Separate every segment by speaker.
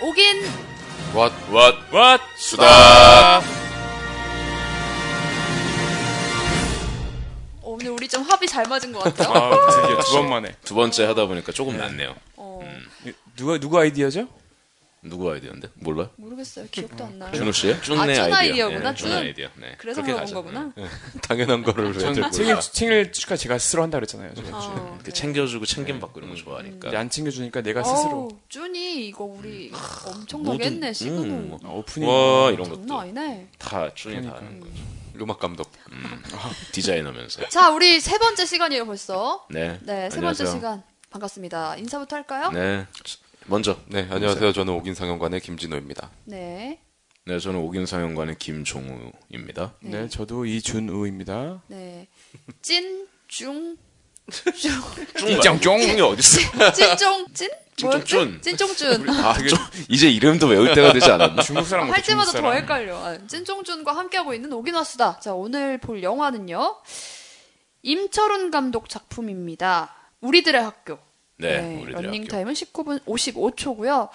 Speaker 1: 보긴 어,
Speaker 2: 왓,
Speaker 3: 왓, 왓,
Speaker 2: 수다.
Speaker 1: 오늘 우리 좀 합이 잘 맞은 것 같아요.
Speaker 3: 아, 드디어 두 번 만에.
Speaker 2: 두 번째 하다 보니까 조금 낫네요.
Speaker 1: 어,
Speaker 3: 누가, 누구 아이디어죠?
Speaker 2: 누구 아이디어인데? 몰라요?
Speaker 1: 모르겠어요. 기억도 안 나요.
Speaker 2: 준호 씨요? 준
Speaker 1: 아,
Speaker 2: 의
Speaker 1: 준
Speaker 2: 네. 아이디어.
Speaker 1: 아이디어구나,
Speaker 2: 네, 준
Speaker 1: 준.
Speaker 2: 아이디어. 네.
Speaker 1: 그래서
Speaker 2: 그렇게
Speaker 1: 물어본
Speaker 2: 가죠.
Speaker 1: 거구나.
Speaker 2: 네. 당연한 거를 왜
Speaker 3: 전
Speaker 2: 들고
Speaker 3: 생일,
Speaker 2: 올라.
Speaker 3: 생일 축하 제가 스스로 한다 그랬잖아요. 저번 주에.
Speaker 1: 어,
Speaker 2: 이렇게 챙겨주고 챙김받고 음. 이런 거 좋아하니까.
Speaker 3: 근데 안 챙겨주니까 내가 스스로.
Speaker 1: 어우, 준이 이거 우리 엄청나게
Speaker 2: 모든
Speaker 1: 했네. 시그널
Speaker 2: 음,
Speaker 3: 어, 오프닝.
Speaker 2: 와 이런
Speaker 1: 장난
Speaker 2: 것도
Speaker 1: 아니네.
Speaker 2: 다 준이 다 하는 거죠. 음악 감독, 음, 디자이너면서.
Speaker 1: 자, 우리 세 번째 시간이에요 벌써.
Speaker 2: 네.
Speaker 1: 네, 세
Speaker 2: 안녕하세요.
Speaker 1: 번째 시간 반갑습니다. 인사부터 할까요?
Speaker 2: 네. 먼저.
Speaker 4: 네, 안녕하세요. 저는 옥인 상영관의 김진호입니다.
Speaker 1: 네.
Speaker 2: 네, 저는 오긴상영관의 김종우입니다.
Speaker 3: 네, 저도 이준우입니다.
Speaker 1: 네. 찐, 중,
Speaker 2: 쫑쫑 이 어딨어?
Speaker 1: 찐종, 찐? 뭐였지?
Speaker 2: 찐종준.
Speaker 1: 찐종준.
Speaker 2: 아, 좀 이제 이름도 외울 때가 되지 않았나?
Speaker 3: 중국 사람
Speaker 1: 할 때마다 더 헷갈려. 아, 찐종준과 함께하고 있는 오기나스다. 자, 오늘 볼 영화는요. 임철훈 감독 작품입니다. 우리들의 학교.
Speaker 2: 네, 우리 대학교.
Speaker 1: 런닝타임은 19분 55초고요.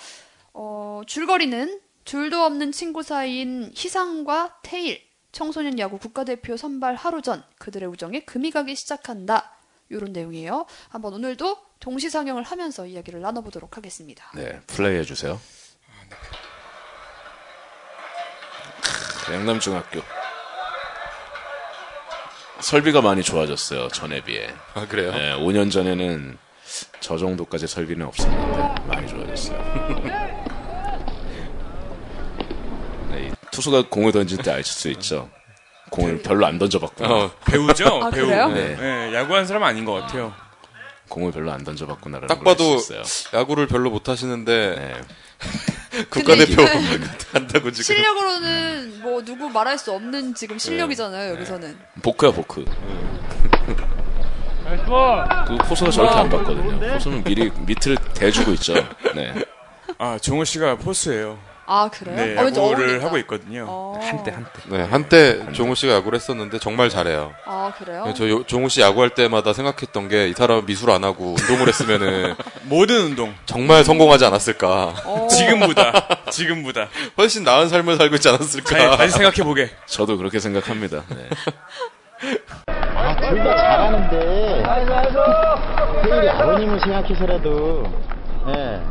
Speaker 1: 어, 줄거리는 둘도 없는 친구 사이인 희상과 태일, 청소년 야구 국가대표 선발 하루 전 그들의 우정에 금이 가기 시작한다. 요런 내용이에요. 한번 오늘도 동시 상영을 하면서 이야기를 나눠보도록 하겠습니다.
Speaker 2: 네, 플레이해 주세요. 크, 양남중학교. 설비가 많이 좋아졌어요 전에 비해.
Speaker 4: 아, 그래요?
Speaker 2: 네, 5년 전에는 저 정도까지 설비는 없었는데 많이 좋아졌어요. 네, 이 투수가 공을 던질 때 아실 수 있죠. 공을 별로 안 던져봤구나.
Speaker 4: 어,
Speaker 3: 배우죠?
Speaker 1: 아,
Speaker 3: 배우.
Speaker 1: 그래요?
Speaker 3: 네. 네, 야구하는 사람 아닌 것 같아요.
Speaker 2: 공을 별로 안 던져봤구나라는
Speaker 4: 딱
Speaker 2: 걸
Speaker 4: 봐도
Speaker 2: 알수 있어요.
Speaker 4: 야구를 별로 못 하시는데
Speaker 2: 네.
Speaker 4: 국가대표
Speaker 1: 근데 이거는
Speaker 4: 한다고 지금. 네.
Speaker 1: 실력으로는 뭐 누구 말할 수 없는 지금 실력이잖아요. 여기서는.
Speaker 2: 보크야 보크. 그 포수가 저렇게 안 봤거든요. 포수는 미리 밑을 대주고 있죠. 네.
Speaker 3: 아, 종호 씨가 포수예요.
Speaker 1: 아 그래요?
Speaker 3: 네,
Speaker 1: 어, 왠지
Speaker 3: 야구를
Speaker 1: 어울린다.
Speaker 3: 하고 있거든요.
Speaker 1: 어.
Speaker 4: 네, 한때 종우 씨가 야구를 했었는데 정말 잘해요.
Speaker 1: 아 그래요?
Speaker 4: 네, 저 요- 종우 씨 야구할 때마다 생각했던 게 이 사람은 미술 안 하고 운동을 했으면은
Speaker 3: 모든 운동.
Speaker 4: 정말 성공하지 않았을까.
Speaker 1: 어.
Speaker 3: 지금보다, 지금보다.
Speaker 4: 훨씬 나은 삶을 살고 있지
Speaker 3: 잘,
Speaker 4: 않았을까.
Speaker 3: 다시 생각해보게.
Speaker 2: 저도 그렇게 생각합니다. 네.
Speaker 5: 둘 다 잘하는데 태일이 아버님을 생각해서라도 예.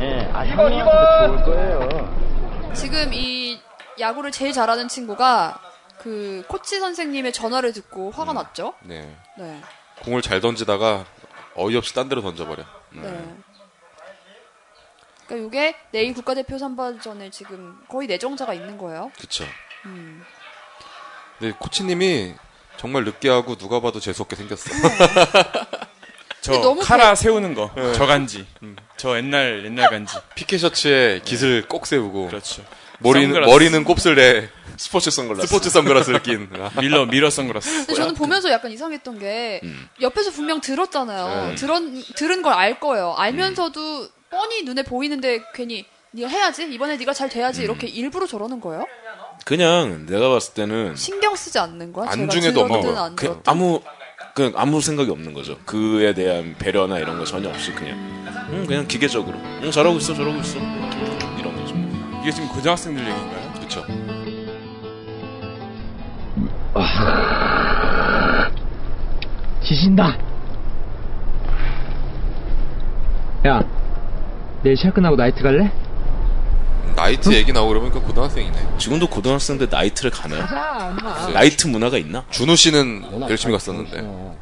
Speaker 5: 예, 아, 형님한테 좋을 거예요.
Speaker 1: 지금 이 야구를 제일 잘하는 친구가 그 코치 선생님의 전화를 듣고 화가 났죠.
Speaker 4: 네,
Speaker 1: 네.
Speaker 4: 공을 잘 던지다가 어이없이 딴 데로 던져버려.
Speaker 1: 네. 그러니까 이게 내일 국가대표 선발전에 지금 거의 내정자가 있는 거예요.
Speaker 4: 그쵸. 근데 코치님이 정말 느끼하고 누가 봐도 재수없게 생겼어.
Speaker 3: 저
Speaker 1: 근데 너무
Speaker 3: 카라 세우는 거. 저 간지. 저 옛날, 옛날 간지.
Speaker 4: 피켓 셔츠에 깃을 꼭 세우고
Speaker 3: 그렇죠.
Speaker 4: 머리는
Speaker 3: 선글라스.
Speaker 4: 머리는 곱슬에
Speaker 2: 스포츠 선글라스.
Speaker 4: 스포츠 선글라스를 낀. 아,
Speaker 3: 밀러, 밀러 선글라스.
Speaker 1: 근데 저는 보면서 약간 이상했던 게 옆에서 분명 들었잖아요. 들은 들은 걸 알 거예요. 알면서도 뻔히 눈에 보이는데 괜히 네가 해야지 이번에 네가 잘 돼야지 이렇게 일부러 저러는 거예요?
Speaker 2: 그냥 내가 봤을 때는
Speaker 1: 신경 쓰지 않는 거야? 제가
Speaker 4: 안중에도 없는
Speaker 1: 들었든
Speaker 4: 거예요.
Speaker 1: 안
Speaker 2: 그
Speaker 1: 들었든
Speaker 2: 아무 그 아무 생각이 없는 거죠. 그에 대한 배려나 이런 거 전혀 없이 그냥 음, 그냥 기계적으로 음, 잘하고 있어 잘하고 있어 이런 거죠.
Speaker 3: 이게 지금 고등학생들 얘기인가요?
Speaker 4: 그렇죠.
Speaker 6: 지신다. 야, 내일 시합 끝나고 나이트 갈래?
Speaker 4: 나이트 얘기 나오고 그러니까 고등학생이네.
Speaker 2: 지금도 고등학생들 나이트를 가나요?
Speaker 1: 아,
Speaker 2: 나이트 문화가 있나?
Speaker 4: 준우 씨는 열심히 갔었는데.
Speaker 6: 어.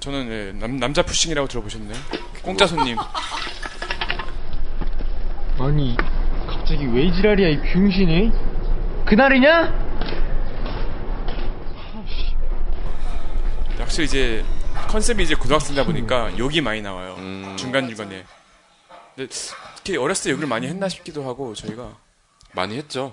Speaker 3: 저는 예, 남, 남자 푸싱이라고 들어보셨네요. 공짜 손님.
Speaker 6: 아니, 갑자기 왜 지랄이야 이 병신이? 그날이냐?
Speaker 3: 확실히 이제 컨셉이 이제 고등학생이다 보니까 욕이 많이 나와요. 중간 중간에. 근데 특히 어렸을 때 욕을 많이 했나 싶기도 하고 저희가
Speaker 4: 많이 했죠.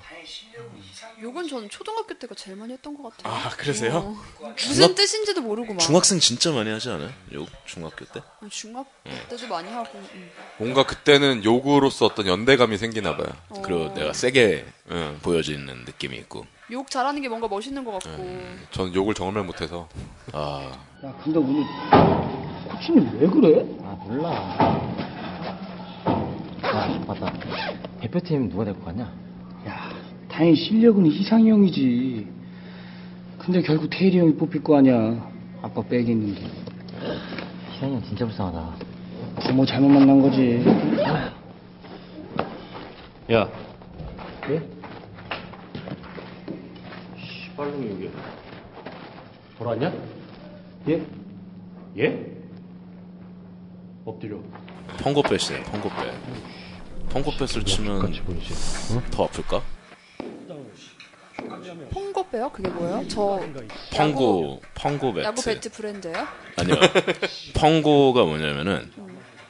Speaker 1: 요건 저는 초등학교 때가 제일 많이 했던 것 같아요.
Speaker 3: 아 그러세요?
Speaker 1: 어. 무슨 뜻인지도 모르고 막 중학...
Speaker 2: 중학생 진짜 많이 하지 않아요? 요 중학교 때?
Speaker 1: 중학 때도 많이 하고 음.
Speaker 4: 뭔가 그때는 요구로서 어떤 연대감이 생기나 봐요.
Speaker 2: 그리고 내가 세게
Speaker 4: 예.
Speaker 2: 보여지는 느낌이 있고
Speaker 1: 욕 잘하는 게 뭔가 멋있는 것 같고
Speaker 4: 전 욕을 정말 못해서.
Speaker 2: 아
Speaker 7: 야, 근데 오늘 코치님 왜 그래?
Speaker 6: 아 몰라. 아
Speaker 5: 야, 맞다. 대표팀 누가 데리고 갔냐?
Speaker 7: 야, 다행히 실력은 희상이 형이지. 근데 결국 태일이 형이 뽑힐 거 아니야. 아빠 백이 있는데.
Speaker 5: 희상이 형 진짜 불쌍하다.
Speaker 7: 부모 뭐 잘못 만난 거지.
Speaker 5: 야. 왜? 씨발놈이 여기. 돌아왔냐? 예? 예? 엎드려.
Speaker 2: 펑고뱃이네 펑고뱃 펑고뱃을 치면
Speaker 5: 보이지? 어?
Speaker 2: 더 아플까?
Speaker 1: 펑고빼요? 그게 뭐예요? 저
Speaker 2: 펑고 펑고 배트
Speaker 1: 야구 배트 브랜드예요?
Speaker 2: 아니요 펑고가 뭐냐면은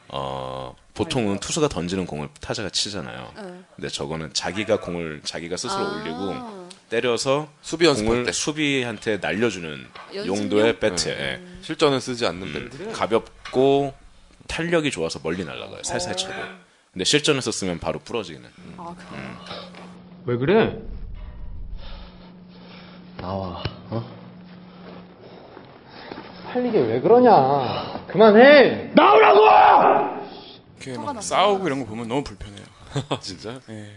Speaker 2: 어 보통은 투수가 던지는 공을 타자가 치잖아요
Speaker 1: 네.
Speaker 2: 근데 저거는 자기가 공을 자기가 스스로
Speaker 1: 아.
Speaker 2: 올리고 때려서
Speaker 4: 수비 연습할
Speaker 2: 공을
Speaker 4: 때
Speaker 2: 수비한테 날려주는
Speaker 1: 연습용?
Speaker 2: 용도의 배트 예.
Speaker 4: 실전은 쓰지 않는 밴드.
Speaker 2: 음, 가볍고 탄력이 좋아서 멀리 날아가요 살살 쳐도 근데 실전에서 쓰면 바로 부러지는
Speaker 1: 아, 그-
Speaker 6: 왜 그래?
Speaker 5: 나와. 어? 팔리게 왜 그러냐. 그만해.
Speaker 3: 이렇게
Speaker 1: 화가
Speaker 3: 막
Speaker 1: 나서.
Speaker 3: 싸우고 이런 거 보면 너무 불편해요.
Speaker 4: 진짜?
Speaker 3: 예.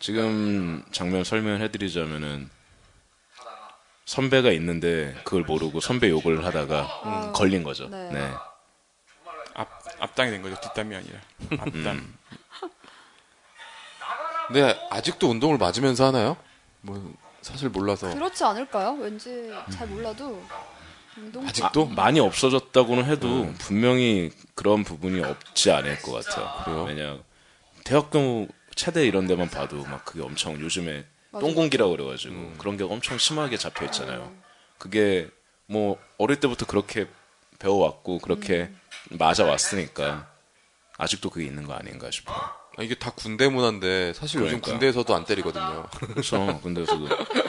Speaker 2: 지금 장면 설명해드리자면은 선배가 있는데 그걸 모르고 선배 욕을 하다가 걸린 거죠.
Speaker 1: 네.
Speaker 2: 네.
Speaker 3: 앞 앞당이 된 거죠. 뒷담이 아니라 앞담.
Speaker 4: 근데 아직도 운동을 맞으면서 하나요? 뭐 사실 몰라서
Speaker 1: 그렇지 않을까요? 왠지 잘 몰라도 운동
Speaker 2: 아,
Speaker 4: 아직도
Speaker 2: 많이 없어졌다고는 해도 분명히 그런 부분이 없지 않을 것 같아요.
Speaker 4: 그래요?
Speaker 2: 왜냐 대학교 체대 이런 데만 봐도 막 그게 엄청 요즘에
Speaker 1: 맞아.
Speaker 2: 똥공기라고 그래가지고 그런 게 엄청 심하게 잡혀 있잖아요. 그게 뭐 어릴 때부터 그렇게 배워왔고 그렇게 맞아왔으니까 아직도 그게 있는 거 아닌가 싶어요.
Speaker 4: 아, 이게 다 군대 문화인데 사실 요즘
Speaker 2: 그러니까.
Speaker 4: 군대에서도 안 때리거든요.
Speaker 2: 그렇죠. 근데 저도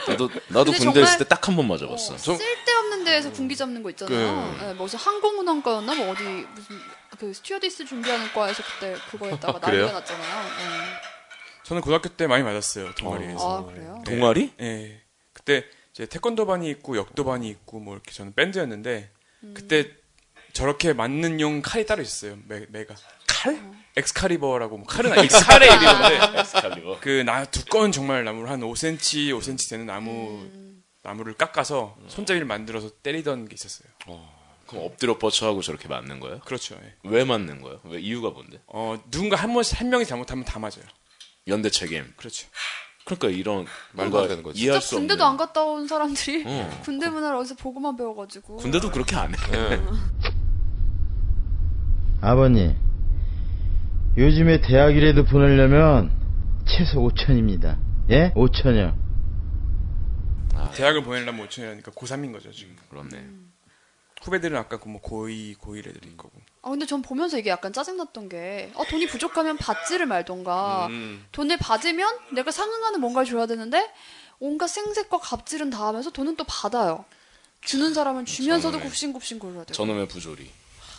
Speaker 2: 나도 나도
Speaker 1: 근데
Speaker 2: 군대 있을
Speaker 1: 정말-
Speaker 2: 때 딱 한 번 맞아봤어.
Speaker 4: 좀-
Speaker 1: 쓸데없는 데에서 군기 잡는 거 있잖아요. 예, 뭐 무슨 항공운항과였나 뭐 어디 무슨 그 스튜어디스 준비하는 과에서 그때 그거 했다가
Speaker 4: 그래요?
Speaker 1: 난리가 났잖아요. 예.
Speaker 3: 저는 고등학교 때 많이 맞았어요. 동아리에서.
Speaker 1: 아 그래요?
Speaker 2: 동아리?
Speaker 3: 예. 그때 이제 태권도반이 있고 역도반이 있고 뭐 이렇게 저는 밴드였는데 그때 저렇게 맞는 용 칼이 따로 있어요. 매, 매가. 칼? 엑스칼리버라고 뭐 칼은 아니고 칼의 이름인데
Speaker 2: 엑스칼리버.
Speaker 3: 그 나 두꺼운 정말 나무를 한 5cm, 5cm 되는 나무 나무를 깎아서
Speaker 2: 음.
Speaker 3: 손잡이를 만들어서 때리던 게 있었어요.
Speaker 2: 그럼 엎드려 뻗쳐하고 저렇게 맞는 거예요?
Speaker 3: 그렇죠. 예.
Speaker 2: 왜 맞는 거예요? 왜 이유가 뭔데?
Speaker 3: 어 누군가 한 번씩 한 명이 잘못하면 다 맞아요.
Speaker 2: 연대 책임.
Speaker 3: 그렇죠.
Speaker 2: 그러니까 이런
Speaker 4: 말도 안 되는 거지.
Speaker 2: 이해할
Speaker 1: 진짜
Speaker 2: 수
Speaker 1: 군대도
Speaker 2: 없는.
Speaker 1: 안 갔다 온 사람들이
Speaker 2: 어.
Speaker 1: 군대 문화를 어디서 보고만 배워가지고
Speaker 2: 군대도 그렇게 안 해.
Speaker 4: 네.
Speaker 5: 아버님, 요즘에 대학이라도 보내려면 최소 5천입니다. 예? 5천이요.
Speaker 2: 아.
Speaker 3: 대학을 보내려면 5천이라니까 고3인 거죠 지금.
Speaker 2: 그렇네.
Speaker 3: 후배들은 아까 그뭐 고2, 고1 애들인 거고.
Speaker 1: 아 근데 전 보면서 이게 약간 짜증났던 게 아, 돈이 부족하면 받지를 말던가
Speaker 2: 음.
Speaker 1: 돈을 받으면 내가 상응하는 뭔가를 줘야 되는데 온갖 생색과 갑질은 다 하면서 돈은 또 받아요 주는 사람은 주면서도
Speaker 2: 저놈의-
Speaker 1: 굽신굽신 굴러야 돼요
Speaker 2: 음, 저놈의 부조리.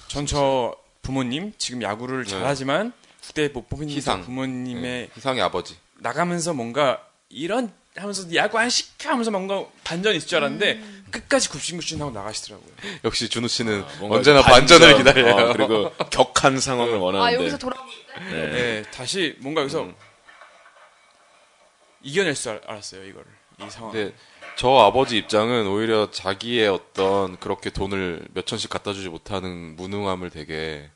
Speaker 3: 전 저 부모님 지금 야구를 잘하지만 후대 못 뽑힌
Speaker 4: 네. 희상. 네.
Speaker 3: 부모님의
Speaker 4: 희상의 아버지.
Speaker 3: 나가면서 뭔가 이런 하면서 야구 안 시켜 하면서 뭔가 반전이 있을 줄 알았는데 끝까지 굽신굽신하고 나가시더라고요.
Speaker 4: 역시 준우 씨는
Speaker 2: 아, 뭔가
Speaker 4: 언제나
Speaker 2: 반전,
Speaker 4: 반전을 기다려요. 네.
Speaker 2: 어, 그리고 격한 상황을
Speaker 1: 아
Speaker 2: 원하는데.
Speaker 1: 여기서 돌아오고 있대
Speaker 3: 네. 다시 뭔가 여기서
Speaker 4: 음.
Speaker 3: 이겨낼 줄 알- 알았어요 이거를 이 상황.
Speaker 4: 근데 저 아버지 입장은 오히려 자기의 어떤 그렇게 돈을 몇 천씩 갖다 주지 못하는 무능함을 되게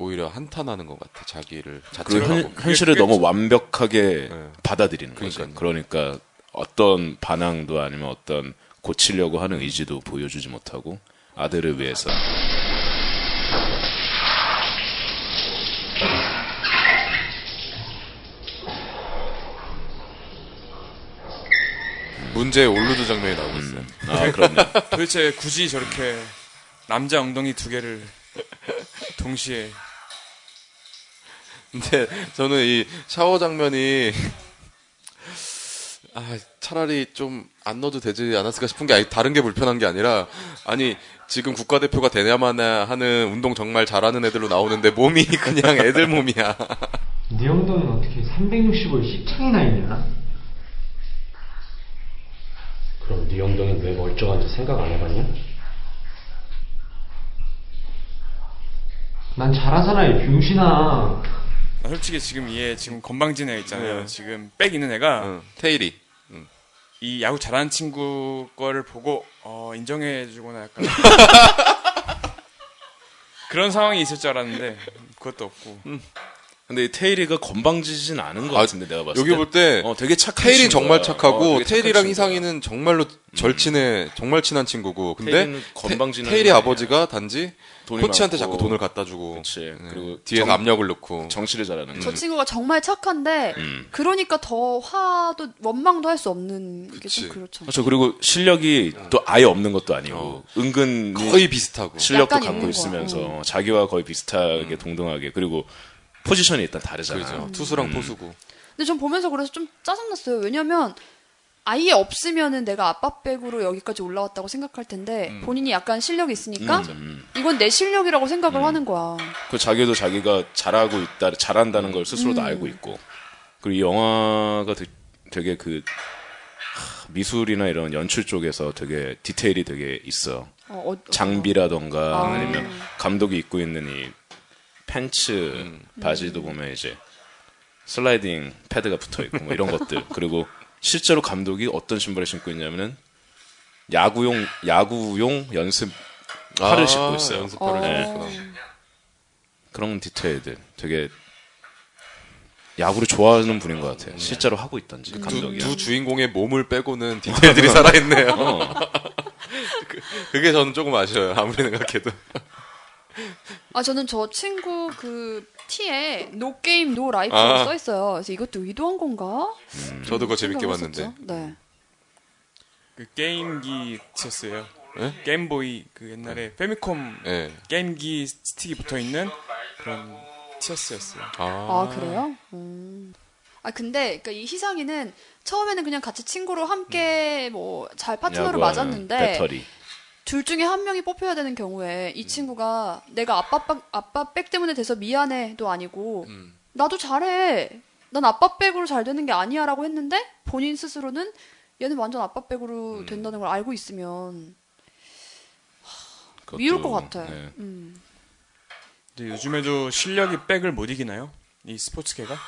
Speaker 4: 오히려 한탄하는 것 같아. 자기를
Speaker 2: 그리고
Speaker 4: 자책하고.
Speaker 2: 현, 현실을
Speaker 3: 그게-
Speaker 2: 너무 완벽하게
Speaker 4: 네.
Speaker 2: 받아들이는 거죠. 그러니까 어떤 반항도 아니면 어떤 고치려고 하는 의지도 보여주지 못하고 아들을 위해서
Speaker 4: 문제의 올루드 장면이 나오고 있어요.
Speaker 2: 아 그럼요.
Speaker 3: 도대체 굳이 저렇게 남자 엉덩이 두 개를 동시에
Speaker 4: 근데 저는 이 샤워 장면이 아 차라리 좀 안 넣어도 되지 않았을까 싶은 게 아니, 다른 게 불편한 게 아니라 아니 지금 국가대표가 되냐마나 하는 운동 정말 잘하는 애들로 나오는데 몸이 그냥 애들 몸이야.
Speaker 6: 네 엉덩이는 어떻게 365일 십창이나 있냐?
Speaker 8: 그럼 네 엉덩이 왜 멀쩡한지 생각 안 해봤냐? 난 잘하잖아, 이 병신아.
Speaker 3: 나 솔직히 지금 얘 지금 건방진 애 있잖아요.
Speaker 4: 네.
Speaker 3: 지금 빽 있는 애가
Speaker 2: 어.
Speaker 4: 응. 테일이.
Speaker 3: 이 야구 잘하는 친구 거를 보고 어, 인정해주거나 약간 그런 상황이 있을 줄 알았는데 그것도 없고
Speaker 2: 근데 이 테일이가 건방지진 않은 것
Speaker 4: 아,
Speaker 2: 같은데 내가 봤을
Speaker 4: 여기
Speaker 2: 때.
Speaker 4: 볼 때,
Speaker 2: 어, 되게 착한 친구야.
Speaker 4: 테일이 정말
Speaker 2: 어,
Speaker 4: 착하고
Speaker 2: 되게 착한
Speaker 4: 테일이랑
Speaker 2: 친구야.
Speaker 4: 희상이는 정말로 절친해 정말 친한 친구고 근데
Speaker 2: 테일이는 건방지는
Speaker 4: 테일이
Speaker 2: 애야.
Speaker 4: 아버지가 단지
Speaker 2: 돈이
Speaker 4: 코치한테
Speaker 2: 많고.
Speaker 4: 자꾸 돈을 갖다 주고
Speaker 2: 그치.
Speaker 4: 네.
Speaker 2: 그리고
Speaker 4: 뒤에서
Speaker 2: 정-
Speaker 4: 압력을 넣고
Speaker 2: 정치를 잘하는.
Speaker 1: 저
Speaker 2: 음.
Speaker 1: 친구가 정말 착한데
Speaker 2: 음.
Speaker 1: 그러니까 더 화도 원망도 할 수 없는 게 좀
Speaker 4: 그치.
Speaker 1: 그렇죠.
Speaker 2: 그렇죠. 그리고 실력이 또 아예 없는 것도 아니고
Speaker 4: 어.
Speaker 2: 은근
Speaker 4: 거의 비슷하고
Speaker 2: 실력도
Speaker 1: 약간 있는 음.
Speaker 2: 갖고
Speaker 1: 거야.
Speaker 2: 있으면서 자기와 거의 비슷하게 동등하게 그리고 포지션이 일단 다르잖아요.
Speaker 4: 음. 그죠 어, 투수랑
Speaker 2: 음.
Speaker 4: 포수고
Speaker 1: 근데 전 보면서 그래서 좀 짜증났어요. 왜냐면 아예 없으면은 내가 아빠 백으로 여기까지 올라왔다고 생각할 텐데
Speaker 4: 음.
Speaker 1: 본인이 약간 실력이 있으니까 이건 내 실력이라고
Speaker 4: 음.
Speaker 1: 생각을 하는 거야.
Speaker 2: 그 자기도 자기가 잘하고 있다, 잘한다는 걸
Speaker 1: 음.
Speaker 2: 스스로도 알고 있고. 그리고 이 영화가 되- 되게 그 하, 미술이나 이런 연출 쪽에서 되게 디테일이 되게 있어.
Speaker 1: 어, 어, 어.
Speaker 2: 장비라던가
Speaker 1: 아.
Speaker 2: 아. 니면 감독이 입고 있는 이 팬츠
Speaker 4: 음.
Speaker 2: 바지도 보면 이제 슬라이딩 패드가 붙어 있고 뭐 이런 것들 그리고 실제로 감독이 어떤 신발을 신고 있냐면은 야구용 야구용 연습 팔을 신고 있어요.
Speaker 4: 아,
Speaker 2: 네.
Speaker 4: 연습팔을
Speaker 1: 어.
Speaker 4: 신고 있구나.
Speaker 2: 그런 디테일들 되게 야구를 좋아하는 분인 것 같아요. 실제로 하고 있던지
Speaker 4: 네. 두,
Speaker 2: 감독이.
Speaker 4: 두 주인공의 몸을 빼고는 디테일들이 살아있네요.
Speaker 2: 어.
Speaker 4: 그게 저는 조금 아쉬워요. 아무리 생각해도.
Speaker 1: 아 저는 저 친구 그 티에 노 게임 노 라이프라고
Speaker 4: 아.
Speaker 1: 써 있어요. 그래서 이것도 의도한 건가?
Speaker 2: 음.
Speaker 4: 저도 그거 재밌게
Speaker 1: 생각을
Speaker 4: 봤는데.
Speaker 1: 했었죠. 네.
Speaker 3: 그 게임기 쳤어요.
Speaker 2: 네?
Speaker 4: 예?
Speaker 3: 게임보이 그 옛날에 페미콤
Speaker 4: 예.
Speaker 3: 게임기 스틱이 붙어 있는 그런 티어스였어요.
Speaker 1: 아, 그래요? 음. 아 근데 그러니까 이 희상이는 처음에는 그냥 같이 친구로 함께 뭐 잘 파트너로 맞았는데
Speaker 2: 음. 배터리. 음.
Speaker 1: 둘 중에 한 명이 뽑혀야 되는 경우에 이 친구가 내가 아빠 백, 아빠 백 때문에 돼서 미안해도 아니고
Speaker 2: 음.
Speaker 1: 나도 잘해. 난 아빠 백으로 잘 되는 게 아니야라고 했는데 본인 스스로는 얘는 완전 아빠
Speaker 2: 음.
Speaker 1: 백으로 된다는 걸 알고 있으면
Speaker 2: 그것도,
Speaker 1: 미울 것 같아요.
Speaker 2: 네.
Speaker 1: 음.
Speaker 3: 근데 요즘에도 실력이 백을 못 이기나요? 이 스포츠계가?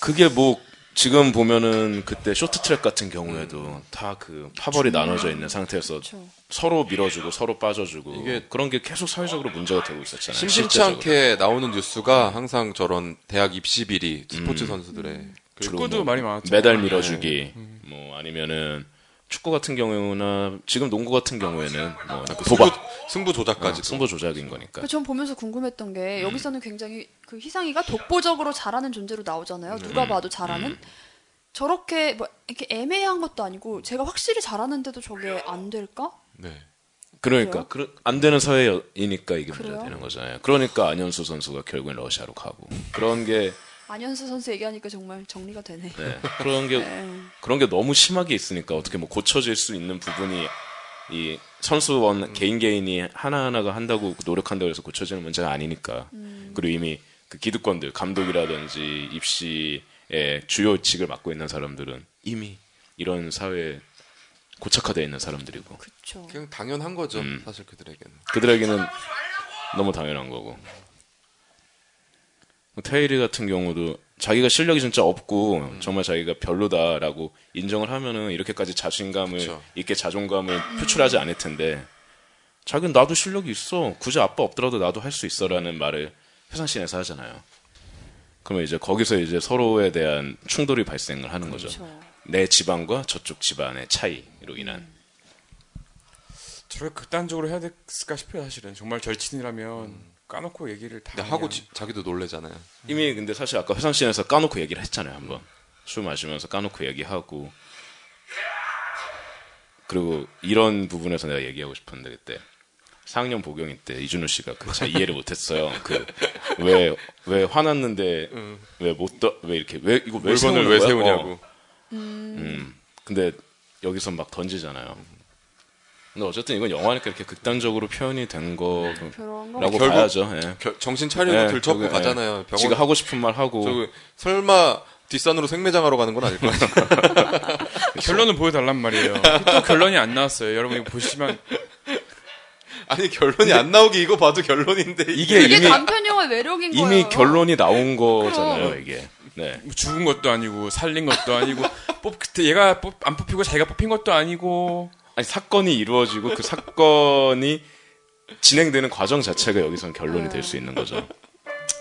Speaker 2: 그게 뭐 지금 보면은 그때 쇼트트랙 같은 경우에도 다 그 파벌이 나눠져 있는 상태에서
Speaker 1: 그렇죠.
Speaker 2: 서로 밀어주고 서로 빠져주고
Speaker 4: 이게
Speaker 2: 그런 게 계속 사회적으로 문제가 되고 있었잖아요.
Speaker 4: 심심치
Speaker 2: 실제적으로.
Speaker 4: 않게 나오는 뉴스가 항상 저런 대학 입시 비리,
Speaker 2: 음.
Speaker 4: 스포츠 선수들의
Speaker 2: 그리고 뭐
Speaker 3: 축구도 많이 많았죠.
Speaker 2: 메달 밀어주기, 뭐 아니면은 축구 같은 경우나 지금 농구 같은 경우에는 뭐
Speaker 4: 그
Speaker 2: 도박,
Speaker 4: 승부, 승부 조작까지.
Speaker 2: 어, 승부 조작인 거니까.
Speaker 1: 그전 보면서 궁금했던 게
Speaker 2: 음.
Speaker 1: 여기서는 굉장히 그 희상이가 독보적으로 잘하는 존재로 나오잖아요.
Speaker 2: 네.
Speaker 1: 누가 봐도 잘하는.
Speaker 2: 음.
Speaker 1: 저렇게 뭐 이렇게 애매한 것도 아니고 제가 확실히 잘하는데도 저게 안 될까?
Speaker 4: 네.
Speaker 2: 그러니까 그러- 안 되는 사회이니까 이게 문제가
Speaker 1: 그래요?
Speaker 2: 되는 거잖아요. 그러니까 안현수 선수가 결국엔 러시아로 가고 그런 게
Speaker 1: 안현수 선수 얘기하니까 정말 정리가 되네.
Speaker 2: 네, 그런 게 그런 게 너무 심하게 있으니까 어떻게 뭐 고쳐질 수 있는 부분이 이 선수원 개인 개인이 하나 하나가 한다고 노력한다고 해서 고쳐지는 문제가 아니니까 그리고 이미 그 기득권들 감독이라든지 입시의 주요 직을 맡고 있는 사람들은 이미 이런 사회에 고착화되어 있는 사람들이고
Speaker 1: 그렇죠.
Speaker 4: 그냥 당연한 거죠.
Speaker 2: 음.
Speaker 4: 사실 그들에게는.
Speaker 2: 그들에게는 너무 당연한 거고. 테일이 같은 경우도 자기가 실력이 진짜 없고 정말 자기가 별로다라고 인정을 하면은 이렇게까지 자신감을
Speaker 4: 그쵸.
Speaker 2: 있게 자존감을 표출하지 않을 텐데 자기는 나도 실력이 있어 굳이 아빠 없더라도 나도 할 수 있어라는 말을 회상씬에서 하잖아요. 그러면 이제 거기서 이제 서로에 대한 충돌이 발생을 하는 거죠.
Speaker 1: 그렇죠.
Speaker 2: 내 집안과 저쪽 집안의 차이로 인한
Speaker 3: 저렇게 극단적으로 해야 됐을까 싶어요, 사실은. 정말 절친이라면
Speaker 2: 음.
Speaker 3: 까놓고 얘기를 다
Speaker 4: 근데 하고
Speaker 3: 그냥-
Speaker 4: 지- 자기도 놀래잖아요.
Speaker 2: 이미 근데 사실 아까 회상씬에서 까놓고 얘기를 했잖아요 한번 술 마시면서 까놓고 얘기하고 그리고 이런 부분에서 내가 얘기하고 싶었는데 그때 4학년 보경이 때 이준호 씨가 그잘 이해를 못했어요 그 왜 왜 화났는데 왜 못 떠 왜 이렇게 왜 이거 왜
Speaker 4: 물건을
Speaker 2: 세우는
Speaker 4: 왜
Speaker 2: 거야?
Speaker 4: 세우냐고.
Speaker 2: 어. 근데 여기서 막 던지잖아요 근데 어쨌든 이건 영화니까 이렇게 극단적으로 표현이
Speaker 1: 그런
Speaker 2: 된 거라고
Speaker 1: 거.
Speaker 4: 결국
Speaker 2: 봐야죠 예.
Speaker 4: 그 결- 정신
Speaker 2: 예,
Speaker 4: 차리고 들쳐고
Speaker 2: 결국엔, 예.
Speaker 4: 가잖아요. 병원.
Speaker 2: 지가 하고 싶은 말 하고
Speaker 4: 저그 설마 뒷산으로 생매장하러 가는 건 아닐 거예요.
Speaker 3: 결론은 보여달란 말이에요. 또 결론이 안 나왔어요. 여러분 이거 보시면
Speaker 4: 아니 결론이 안 나오기 이거 봐도 결론인데
Speaker 2: 이게
Speaker 1: 이게
Speaker 2: 이미
Speaker 1: 단편 영화 매력인 거예요.
Speaker 2: 이미 결론이 나온 거잖아요, 이게. 네.
Speaker 3: 뭐 죽은 것도 아니고 살린 것도 아니고 뽑 그때 얘가 뽑, 안 뽑히고 자기가 뽑힌 것도 아니고
Speaker 2: 아니 사건이 이루어지고 그 사건이 진행되는 과정 자체가 여기선 결론이 될 수 있는 거죠.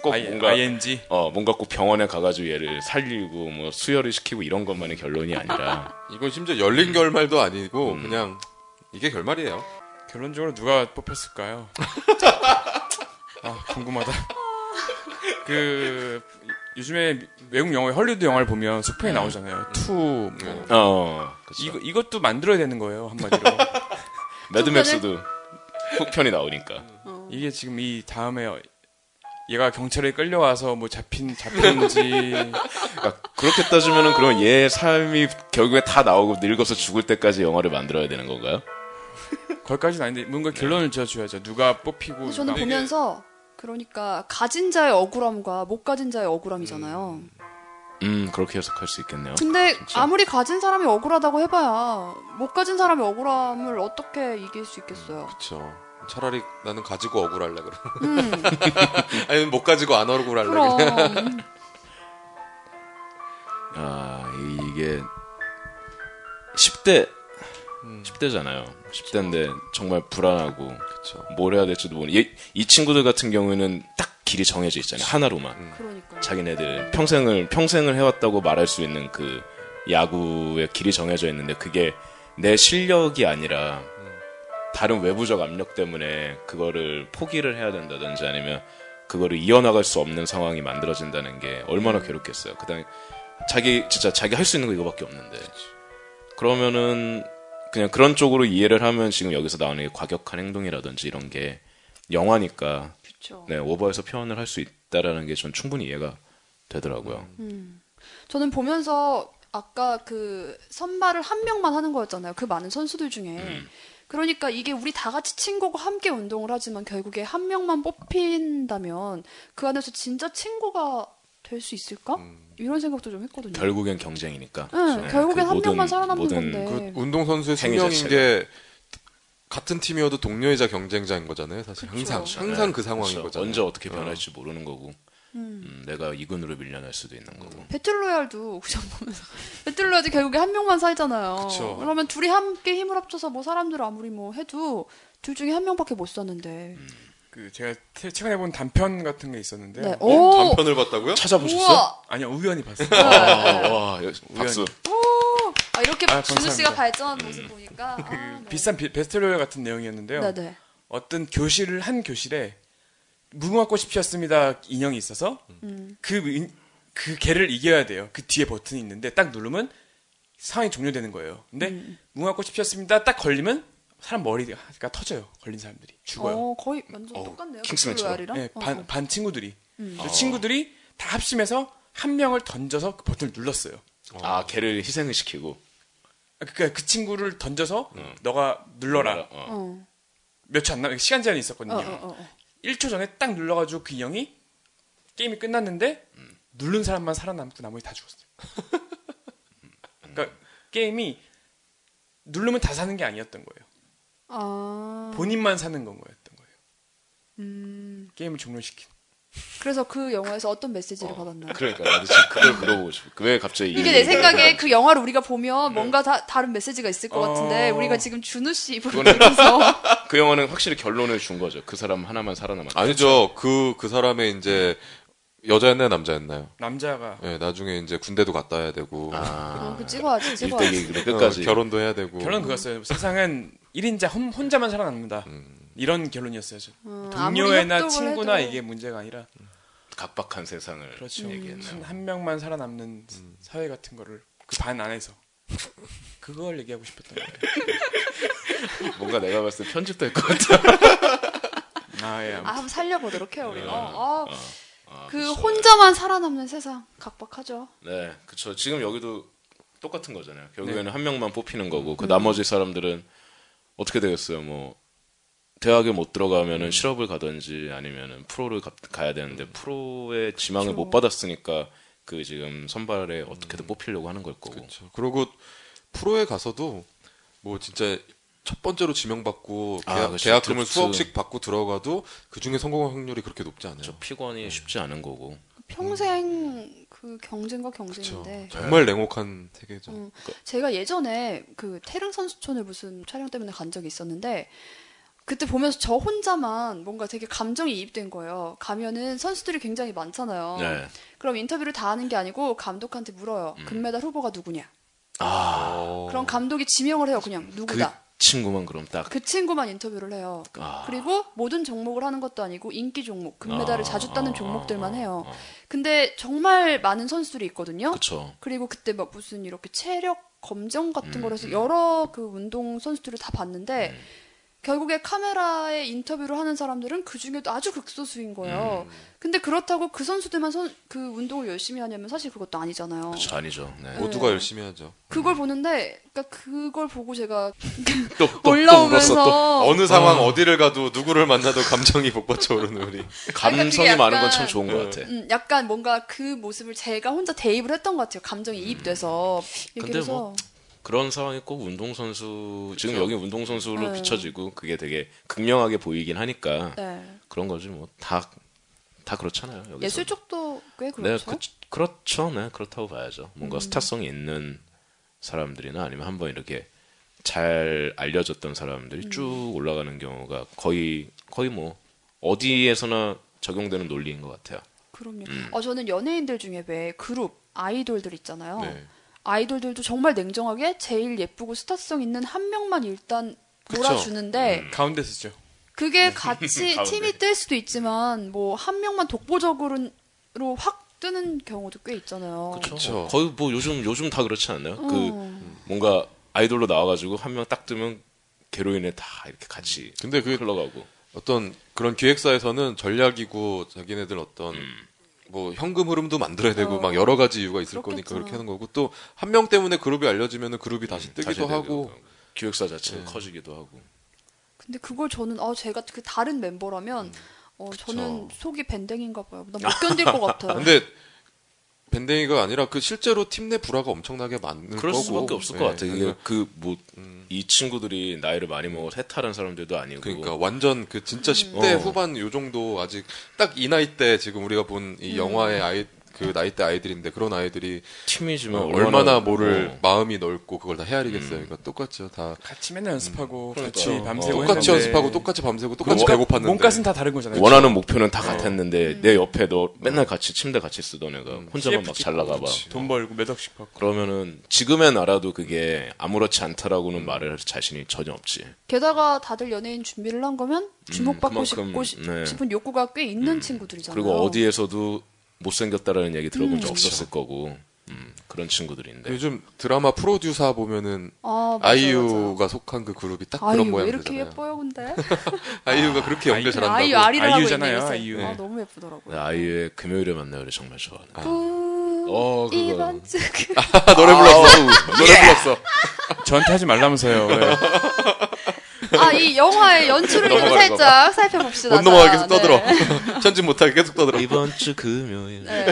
Speaker 2: 꼭
Speaker 3: I,
Speaker 2: 뭔가
Speaker 3: ING
Speaker 2: 어 뭔가 꼭 병원에 가가지고 얘를 살리고 뭐 수혈을 시키고 이런 것만의 결론이 아니라
Speaker 4: 이건 심지어 열린 결말도 아니고
Speaker 2: 음.
Speaker 4: 그냥 이게 결말이에요.
Speaker 3: 결론적으로 누가 뽑혔을까요? 아 궁금하다. 그 요즘에 외국 영화 헐리우드 영화를 보면 속편이 나오잖아요. 투 뭐.
Speaker 2: 어
Speaker 3: 이거
Speaker 2: 그렇죠.
Speaker 3: 이것도 만들어야 되는 거예요 한마디로.
Speaker 2: 매드맥스도 후편이 나오니까
Speaker 3: 이게 지금 이 다음에 얘가 경찰에 끌려와서 뭐 잡힌 잡혔는지
Speaker 2: 그러니까 그렇게 따지면은 그럼 얘 삶이 결국에 다 나오고 늙어서 죽을 때까지 영화를 만들어야 되는 건가요?
Speaker 3: 거기까지는 아닌데 뭔가 결론을 지어줘야죠. 누가 뽑히고
Speaker 1: 저는
Speaker 2: 네.
Speaker 3: 누가-
Speaker 1: 보면서 그러니까 가진 자의 억울함과 못 가진 자의 억울함이잖아요.
Speaker 2: 음 그렇게 해석할 수 있겠네요.
Speaker 1: 근데
Speaker 2: 그쵸.
Speaker 1: 아무리 가진 사람이 억울하다고 해봐야 못 가진 사람의 억울함을 어떻게 이길 수 있겠어요.
Speaker 4: 그렇죠. 차라리 나는 가지고 억울할라 그래.
Speaker 1: 음,
Speaker 4: 아니면 못 가지고 안 억울할라 그래.
Speaker 1: 그럼
Speaker 2: 아 이- 이게 10대 10대잖아요. 10대인데 정말 불안하고
Speaker 4: 그렇죠.
Speaker 2: 뭘 해야 될지도 모르는 이, 이 친구들 같은 경우에는 딱 길이 정해져 있잖아요. 하나로만
Speaker 1: 그러니까
Speaker 2: 자기네들 평생을 평생을 해왔다고 말할 수 있는 그 야구의 길이 정해져 있는데 그게 내 실력이 아니라 다른 외부적 압력 때문에 그거를 포기를 해야 된다든지 아니면 그거를 이어나갈 수 없는 상황이 만들어진다는 게 얼마나 괴롭겠어요. 그다음 자기 진짜 자기 할 수 있는 거 이거밖에 없는데 그러면은 그냥 그런 쪽으로 이해를 하면 지금 여기서 나오는 게 과격한 행동이라든지 이런 게 영화니까
Speaker 1: 그렇죠.
Speaker 2: 네 오버해서 표현을 할 수 있다라는 게 전 충분히 이해가 되더라고요.
Speaker 1: 음. 저는 보면서 아까 그 선발을 한 명만 하는 거였잖아요. 그 많은 선수들 중에. 그러니까 이게 우리 다 같이 친구고 함께 운동을 하지만 결국에 한 명만 뽑힌다면 그 안에서 진짜 친구가 될 수 있을까? 이런 생각도 좀 했거든요.
Speaker 2: 결국엔 경쟁이니까. 그
Speaker 1: 네, 결국엔 한 명만 살아남는 건데.
Speaker 4: 그 운동 선수의
Speaker 2: 행위
Speaker 4: 숙명인
Speaker 2: 자체가.
Speaker 4: 게 같은 팀이어도 동료이자 경쟁자인 거잖아요. 사실 항상
Speaker 1: 그쵸. 네.
Speaker 4: 항상 그 상황인
Speaker 2: 그렇죠.
Speaker 4: 거잖아요.
Speaker 2: 언제 어떻게 변할지 모르는 거고 음, 내가 이군으로 밀려날 수도 있는
Speaker 4: 음.
Speaker 2: 거고
Speaker 1: 배틀로얄도 그냥 보면서 배틀로얄도 결국에 한 명만 살잖아요.
Speaker 3: 그쵸.
Speaker 1: 러면 둘이 함께 힘을 합쳐서 뭐 사람들 아무리 뭐 해도 둘 중에 한 명밖에 못 썼는데.
Speaker 3: 그 제가 태- 최근에 본 단편 같은 게 있었는데
Speaker 1: 네.
Speaker 4: 어?
Speaker 1: 오.
Speaker 4: 단편을 봤다고요?
Speaker 2: 찾아보셨어?
Speaker 1: 우와. 네.
Speaker 3: 아니요 우연히 봤어요.
Speaker 2: 아, 와 여- 박수.
Speaker 1: 오. 아, 이렇게
Speaker 3: 아,
Speaker 1: 준우 씨가
Speaker 3: 감사합니다.
Speaker 1: 발전하는 모습 보니까 아, 네.
Speaker 3: 비싼 비- 베스트로얄 같은 내용이었는데요.
Speaker 1: 네네.
Speaker 3: 어떤 교실을 한 교실에 무궁화꽃이 피었습니다 인형이 있어서
Speaker 1: 음.
Speaker 3: 그 그 개를 이겨야 돼요. 그 뒤에 버튼이 있는데 딱 누르면 상황이 종료되는 거예요. 근데
Speaker 1: 음.
Speaker 3: 무궁화꽃이 피었습니다 딱 걸리면 사람 머리가 터져요. 걸린 사람들이 죽어요.
Speaker 1: 어, 거의 완전 똑같네요.
Speaker 2: 킹스맨처럼.
Speaker 1: 배틀로얄이랑.
Speaker 3: 예,
Speaker 1: 어,
Speaker 3: 반,
Speaker 1: 어.
Speaker 3: 반 친구들이 그 친구들이 다 합심해서 한 명을 던져서 그 버튼을 눌렀어요.
Speaker 2: 아 걔를 희생을 시키고
Speaker 3: 아, 그러니까 그 친구를 던져서 너가 음. 눌러라.
Speaker 2: 어.
Speaker 1: 어.
Speaker 3: 몇 초 안 남, 시간 제한이
Speaker 1: 어,
Speaker 3: 있었거든요.
Speaker 1: 어, 어, 어.
Speaker 3: 1초 전에 딱 눌러가지고 그 인형이 게임이 끝났는데 누른 사람만 살아남고 나머지 다 죽었어요. 그러니까 게임이 누르면 다 사는 게 아니었던 거예요.
Speaker 1: 아.
Speaker 3: 본인만 사는 건 거였던 거예요.
Speaker 1: 음.
Speaker 3: 게임을 종료시킨.
Speaker 1: 그래서 그 영화에서 어떤 메시지를 받았나요?
Speaker 2: 그러니까 나도 지금 그걸 물어보고 싶어. 왜 갑자기 이
Speaker 1: 이게 내
Speaker 2: 얘기를
Speaker 1: 생각에 그 영화를 우리가 보면 뭔가 다, 다른 메시지가 있을 것 같은데
Speaker 3: 어.
Speaker 1: 우리가 지금 준우 씨 입으로 보면서
Speaker 2: 그 영화는 확실히 결론을 준 거죠. 그 사람 하나만 살아남았다.
Speaker 4: 아니죠. 그 그 사람의 이제 여자였나요, 남자였나요?
Speaker 3: 남자가
Speaker 4: 예, 나중에 이제 군대도 갔다 와야 되고
Speaker 1: 어, 그 찍어야지 찍어야지.
Speaker 2: 일대기로
Speaker 4: 어,
Speaker 2: 아, 끝까지.
Speaker 4: 결혼도 해야 되고
Speaker 3: 결론 그거였어요. 세상은 1인자 혼자만 살아남는다.
Speaker 4: 음.
Speaker 3: 이런 결론이었어요. 저. 동료애나
Speaker 1: 아무리 협동을
Speaker 3: 친구나
Speaker 1: 해도.
Speaker 3: 이게 문제가 아니라
Speaker 4: 음.
Speaker 2: 각박한 세상을
Speaker 3: 그렇죠. 한,
Speaker 1: 음.
Speaker 2: 얘기했나요?
Speaker 3: 한 명만 살아남는
Speaker 4: 음.
Speaker 3: 사회 같은 거를 그 반 안에서 그걸 얘기하고 싶었던 거예요.
Speaker 2: 뭔가 내가 봤을 때 편집될 것 같아.
Speaker 3: 아 예.
Speaker 1: 아 한번 살려보도록 해요 우리가. 어, 그 혼자만 살아남는 세상 각박하죠.
Speaker 2: 네, 그렇죠. 지금 여기도 똑같은 거잖아요. 결국에는 한 명만 뽑히는 거고 그 나머지 사람들은 어떻게 되겠어요? 뭐 대학에 못 들어가면은 실업을 가든지 아니면은 프로를 가, 야 되는데 음. 프로의 음. 지망을 못 받았으니까 그 지금 선발에 어떻게든 뽑히려고 하는 걸 거고.
Speaker 4: 그렇죠. 그리고 프로에 가서도 뭐 진짜 첫 번째로 지명받고
Speaker 2: 아,
Speaker 4: 계약,
Speaker 2: 그렇죠.
Speaker 4: 계약금을
Speaker 2: 드래프트.
Speaker 4: 수억씩 받고 들어가도 그 중에 성공할 확률이 그렇게 높지 않아요.
Speaker 2: 저 피곤이 쉽지 않은 거고.
Speaker 1: 그 평생 그 경쟁과
Speaker 4: 그렇죠.
Speaker 1: 경쟁인데
Speaker 4: 정말 냉혹한
Speaker 2: 어.
Speaker 4: 세계죠.
Speaker 1: 네. 음.
Speaker 2: 그
Speaker 1: 제가 예전에 그 태릉 선수촌을 무슨 촬영 때문에 간 적이 있었는데 그때 보면서 저 혼자만 뭔가 되게 감정이 이입된 거예요. 가면은 선수들이 굉장히 많잖아요.
Speaker 2: 네. 음.
Speaker 1: 그럼 인터뷰를 다 하는 게 아니고 감독한테 물어요. 금메달 후보가 누구냐?
Speaker 2: 아,
Speaker 1: 그럼 감독이 지명을 해요. 그냥
Speaker 2: 그
Speaker 1: 누구다.
Speaker 2: 친구만 그럼 딱.
Speaker 1: 그, 친구만 인터뷰를 해요.
Speaker 2: 아.
Speaker 1: 그리고 모든 종목을 하는 것도 아니고 인기 종목, 금메달을
Speaker 2: 아,
Speaker 1: 자주 따는
Speaker 2: 아,
Speaker 1: 종목들만
Speaker 2: 아,
Speaker 1: 해요.
Speaker 2: 아.
Speaker 1: 근데 정말 많은 선수들이 있거든요.
Speaker 2: 그쵸.
Speaker 1: 그리고 그때 막 무슨 이렇게 체력 검정 같은
Speaker 2: 음,
Speaker 1: 걸 해서
Speaker 2: 음. 네.
Speaker 1: 여러 그 운동 선수들을 다 봤는데 결국에 카메라에 인터뷰를 하는 사람들은 그 중에도 아주 극소수인 거예요.
Speaker 2: 음.
Speaker 1: 근데 그렇다고 그 선수들만 선, 그 운동을 열심히 하냐면 사실 그것도 아니잖아요.
Speaker 2: 그쵸, 아니죠. 네.
Speaker 1: 뭐-
Speaker 4: 모두가
Speaker 1: 네.
Speaker 4: 열심히 하죠.
Speaker 1: 그걸 보는데, 그러니까 그걸 보고 제가
Speaker 2: 또, 또, 또
Speaker 1: 올라오면서
Speaker 2: 울었어, 또.
Speaker 4: 어느 상황 어디를 가도 누구를 만나도 감정이 복받쳐 오르는 우리.
Speaker 2: 감성이
Speaker 1: 약간 그게
Speaker 2: 많은 건 참
Speaker 1: 약간-
Speaker 2: 좋은 것 같아.
Speaker 1: 음, 약간 뭔가 그 모습을 제가 혼자 대입을 했던 것 같아요. 감정이 이입돼서. 이렇게
Speaker 2: 음. 근데
Speaker 1: 해서
Speaker 2: 뭐 그런 상황이 꼭 운동선수, 지금 여기 운동선수로
Speaker 1: 네.
Speaker 2: 비춰지고 그게 되게 극명하게 보이긴 하니까
Speaker 1: 네.
Speaker 2: 그런 거지 뭐. 다, 다 그렇잖아요. 여기서.
Speaker 1: 예술 쪽도 꽤
Speaker 2: 네,
Speaker 1: 그렇죠. 음.
Speaker 2: 그, 그렇죠. 네, 그렇다고 봐야죠. 뭔가 스타성이 있는 사람들이나 아니면 한번 이렇게 잘 알려졌던 사람들이
Speaker 1: 음.
Speaker 2: 쭉 올라가는 경우가 거의 거의 뭐 어디에서나 적용되는 논리인 것 같아요.
Speaker 1: 그럼요.
Speaker 2: 음.
Speaker 1: 아, 저는 연예인들 중에 왜 그룹, 아이돌들 있잖아요.
Speaker 4: 네.
Speaker 1: 아이돌들도 정말 냉정하게 제일 예쁘고 스타성 있는 한 명만 일단
Speaker 4: 그쵸.
Speaker 1: 몰아주는데
Speaker 3: 가운데 쓰죠.
Speaker 1: 그게 같이
Speaker 2: 음. 네. 가운데.
Speaker 1: 팀이 뜰 수도 있지만 뭐 한 명만 독보적으로 확 뜨는 경우도 꽤 있잖아요.
Speaker 2: 그쵸?
Speaker 4: 그쵸.
Speaker 2: 거의 뭐 요즘 요즘 다 그렇지 않나요? 그
Speaker 1: 음.
Speaker 2: 뭔가 아이돌로 나와가지고 한 명 딱 뜨면 개로 인해 다 이렇게 같이
Speaker 4: 근데 그
Speaker 2: 흘러가고
Speaker 4: 어떤 그런 기획사에서는 전략이고 자기네들 어떤 뭐 현금 흐름도 만들어야 되고
Speaker 1: 어.
Speaker 4: 막 여러 가지 이유가 있을 거니까
Speaker 1: 그렇겠죠.
Speaker 4: 그렇게 하는 거고 또 한 명 때문에 그룹이 알려지면은 그룹이 음. 다시
Speaker 2: 다시
Speaker 4: 뜨기도 하고
Speaker 2: 되기도 기획사 자체가
Speaker 4: 음.
Speaker 2: 커지기도 하고
Speaker 1: 근데 그걸 저는 아 제가 그 다른 멤버라면
Speaker 2: 음.
Speaker 1: 어 저는 속이 밴댕인가 봐요. 나 못 견딜 것 같아요.
Speaker 4: 근데 밴댕이가 아니라 그 실제로 팀 내 불화가 엄청나게 많을
Speaker 2: 그럴
Speaker 4: 거고
Speaker 2: 수밖에 없을 것
Speaker 4: 네,
Speaker 2: 같아요. 이게
Speaker 4: 그러니까,
Speaker 2: 그 뭐 이 친구들이 나이를 많이 먹어서 해탈한 사람들도 아니고
Speaker 4: 그러니까 완전 그 진짜 10대
Speaker 2: 어.
Speaker 4: 후반 요 정도 아직 딱 이 나이 때 지금 우리가 본 이 영화의 아이 그 나이 때 아이들인데 그런 아이들이
Speaker 2: 팀이지만
Speaker 4: 어, 얼마나, 모를
Speaker 2: 어.
Speaker 4: 마음이 넓고 그걸 다 헤아리겠어요. 그러니까 똑같죠. 다
Speaker 3: 같이 맨날 연습하고 같이
Speaker 2: 그러니까요.
Speaker 3: 밤새고
Speaker 4: 음. 똑같이
Speaker 3: 했는데 뭐
Speaker 4: 연습하고 똑같이 밤새고 똑같이
Speaker 3: 몸값-
Speaker 4: 배고팠는데
Speaker 3: 몸값은 다 다른
Speaker 4: 그렇죠.
Speaker 3: 거잖아요.
Speaker 2: 원하는 목표는 다 같았는데 내 옆에 너
Speaker 4: 음.
Speaker 2: 맨날 같이 침대 같이 쓰던 애가 혼자만 막 잘 나가봐.
Speaker 3: 돈 벌고 몇 억씩 받고.
Speaker 2: 그러면은 지금의 나라도 그게 아무렇지 않다라고는 말을 할 자신이 전혀 없지.
Speaker 1: 게다가 다들 연예인 준비를 한 거면 주목받고
Speaker 2: 음,
Speaker 1: 싶고
Speaker 2: 그만큼,
Speaker 1: 시-
Speaker 2: 네. 음.
Speaker 1: 싶은 욕구가 꽤 있는 친구들이잖아요.
Speaker 2: 그리고 어디에서도 못생겼다라는 얘기 들어본
Speaker 1: 음.
Speaker 2: 적
Speaker 1: 그렇죠.
Speaker 2: 없었을 거고 음, 그런 친구들인데
Speaker 4: 네. 요즘 드라마 프로듀사 보면은
Speaker 1: 아, 맞아요,
Speaker 4: 아이유가
Speaker 1: 맞아요.
Speaker 4: 속한 그 그룹이 딱
Speaker 1: 아이유
Speaker 4: 그런
Speaker 1: 왜
Speaker 4: 모양
Speaker 1: 이렇게
Speaker 4: 되잖아요.
Speaker 1: 예뻐요, 근데
Speaker 4: 아이유가 그렇게 연기
Speaker 3: 아이유,
Speaker 4: 잘한다고.
Speaker 1: 아이유 아리라고
Speaker 3: 아이유잖아요,
Speaker 1: 있네,
Speaker 3: 아이유.
Speaker 1: 아,
Speaker 3: 네.
Speaker 1: 너무 예쁘더라고요.
Speaker 2: 아이유의 금요일에 만나요를 정말 좋아하는.
Speaker 1: 어,
Speaker 2: 어, 그거.
Speaker 1: 이번 주
Speaker 4: 아, 노래 불렀어. 노래 불렀어.
Speaker 3: 저한테 하지 말라면서요. 예.
Speaker 1: 아, 이 영화의 연출을 좀
Speaker 4: 넘어가는 거
Speaker 1: 살짝 살펴봅시다.
Speaker 4: 못 넘어가
Speaker 1: 자,
Speaker 4: 계속
Speaker 1: 네.
Speaker 4: 떠들어. 천진 못하게 계속 떠들어.
Speaker 2: 이번 주 금요일.
Speaker 1: 네.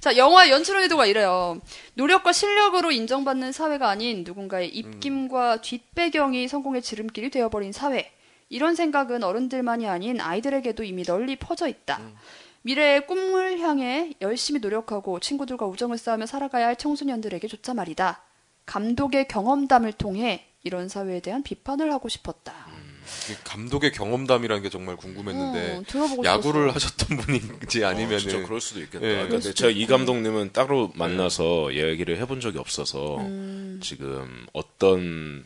Speaker 1: 자, 영화 연출 의도가 이래요. 노력과 실력으로 인정받는 사회가 아닌 누군가의
Speaker 2: 음.
Speaker 1: 입김과 뒷배경이 성공의 지름길이 되어버린 사회. 이런 생각은 어른들만이 아닌 아이들에게도 이미 널리 퍼져 있다.
Speaker 2: 음.
Speaker 1: 미래의 꿈을 향해 열심히 노력하고 친구들과 우정을 쌓으며 살아가야 할 청소년들에게조차 말이다. 감독의 경험담을 통해 이런 사회에 대한 비판을 하고 싶었다.
Speaker 2: 음,
Speaker 4: 감독의 경험담이라는 게 정말 궁금했는데
Speaker 1: 어, 들어보고 싶었어요.
Speaker 4: 야구를 하셨던 분인지 아니면
Speaker 2: 어, 진짜
Speaker 4: 은
Speaker 2: 그럴 수도 있겠다.
Speaker 4: 예.
Speaker 2: 그러니까
Speaker 1: 그럴 수도 네.
Speaker 2: 제가 이 감독님은 따로 만나서 얘기를 해본 적이 없어서
Speaker 1: 음.
Speaker 2: 지금 어떤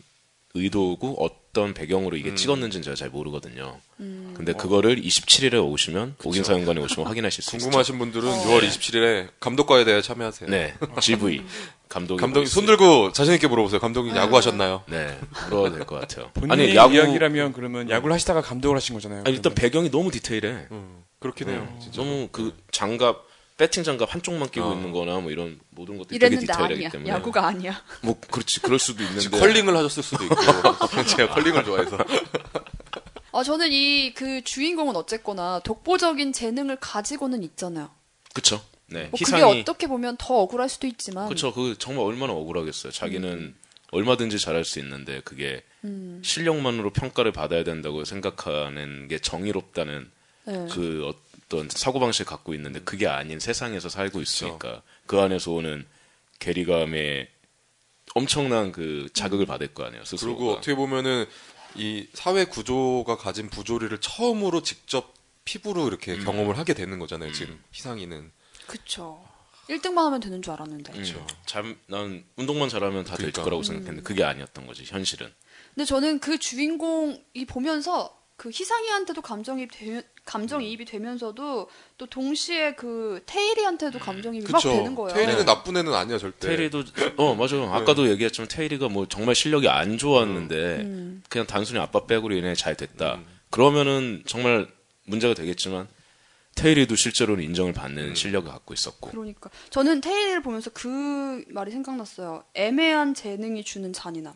Speaker 2: 의도고 어떤 배경으로 이게 찍었는지는 제가 잘 모르거든요.
Speaker 1: 음.
Speaker 2: 근데 그거를 27일에 오시면 옥인사연관에 오시면 확인하실 수 있어요.
Speaker 4: 궁금하신 분들은 6월
Speaker 1: 예.
Speaker 4: 27일에 감독과에 대해 참여하세요.
Speaker 2: 네, GV 감독이
Speaker 4: 감독님
Speaker 2: 뭐
Speaker 4: 손 들고 자신 있게 물어보세요. 감독님 야구하셨나요?
Speaker 2: 있을- 네, 물어야 될 것 같아요.
Speaker 3: 본인
Speaker 2: 아니
Speaker 3: 의
Speaker 2: 야구
Speaker 3: 이야기라면 그러면 야구를 하시다가 감독을 하신 거잖아요. 음,
Speaker 2: 아니, 일단 배경이 너무 디테일해.
Speaker 1: 음,
Speaker 4: 음, 그렇긴
Speaker 1: 네.
Speaker 4: 해요.
Speaker 2: 너무 그 장갑 배팅 장갑 한쪽만
Speaker 3: 어.
Speaker 2: 끼고 있는거나 뭐 이런 모든 것들이 되게
Speaker 1: 이랬는데
Speaker 2: 디테일하기
Speaker 1: 아니야.
Speaker 2: 때문에
Speaker 1: 야구가 아니야.
Speaker 2: 뭐 그렇지 그럴 수도 있는데
Speaker 4: 지금 컬링을 하셨을 수도 있고 제가 컬링을 좋아해서
Speaker 1: 아, 저는 이 그 주인공은 어쨌거나 독보적인 재능을 가지고는 있잖아요.
Speaker 2: 그쵸. 네.
Speaker 1: 뭐 그게
Speaker 2: 희상이
Speaker 1: 어떻게 보면 더 억울할 수도 있지만
Speaker 4: 음,
Speaker 2: 그쵸. 그 정말 얼마나 억울하겠어요. 자기는 얼마든지 잘할 수 있는데 그게 실력만으로 평가를 받아야 된다고 생각하는 게 정의롭다는
Speaker 1: 네.
Speaker 2: 그 어떤 사고방식을 갖고 있는데 그게 아닌 세상에서 살고 있으니까 그 안에서 오는 괴리감에 엄청난 그 자극을 받을 거 아니에요. 스스로가.
Speaker 4: 음. 그리고 어떻게 보면은 이 사회 구조가 가진 부조리를 처음으로 직접 피부로 이렇게
Speaker 1: 음.
Speaker 4: 경험을 하게 되는 거잖아요. 지금 희상이는
Speaker 1: 그쵸. 1등만 하면 되는 줄 알았는데.
Speaker 2: 음, 잘, 난 운동만 잘하면 다 될
Speaker 4: 그러니까.
Speaker 2: 거라고 생각했는데 그게 아니었던 거지 현실은.
Speaker 1: 근데 저는 그 주인공이 보면서 그 희상이한테도 감정이 되, 감정이입이 되면서도 또 동시에 그
Speaker 2: 음.
Speaker 1: 테일이한테도 감정이입이 막 되는 거예요. 네.
Speaker 4: 테일이는 나쁜 애는 아니야
Speaker 3: 네.
Speaker 4: 절대.
Speaker 2: 테일이도 어 맞아 요 아까도 얘기했지만 테일이가 뭐 정말 실력이 안 좋았는데
Speaker 3: 음.
Speaker 1: 음.
Speaker 2: 그냥 단순히 아빠 백으로 인해 잘 됐다 그러면은 정말 문제가 되겠지만 테일이도 실제로는 인정을
Speaker 3: 음.
Speaker 2: 받는 실력을 갖고 있었고
Speaker 1: 그러니까 저는 테일을 보면서 그 말이 생각났어요. 애매한 재능이 주는 잔인함.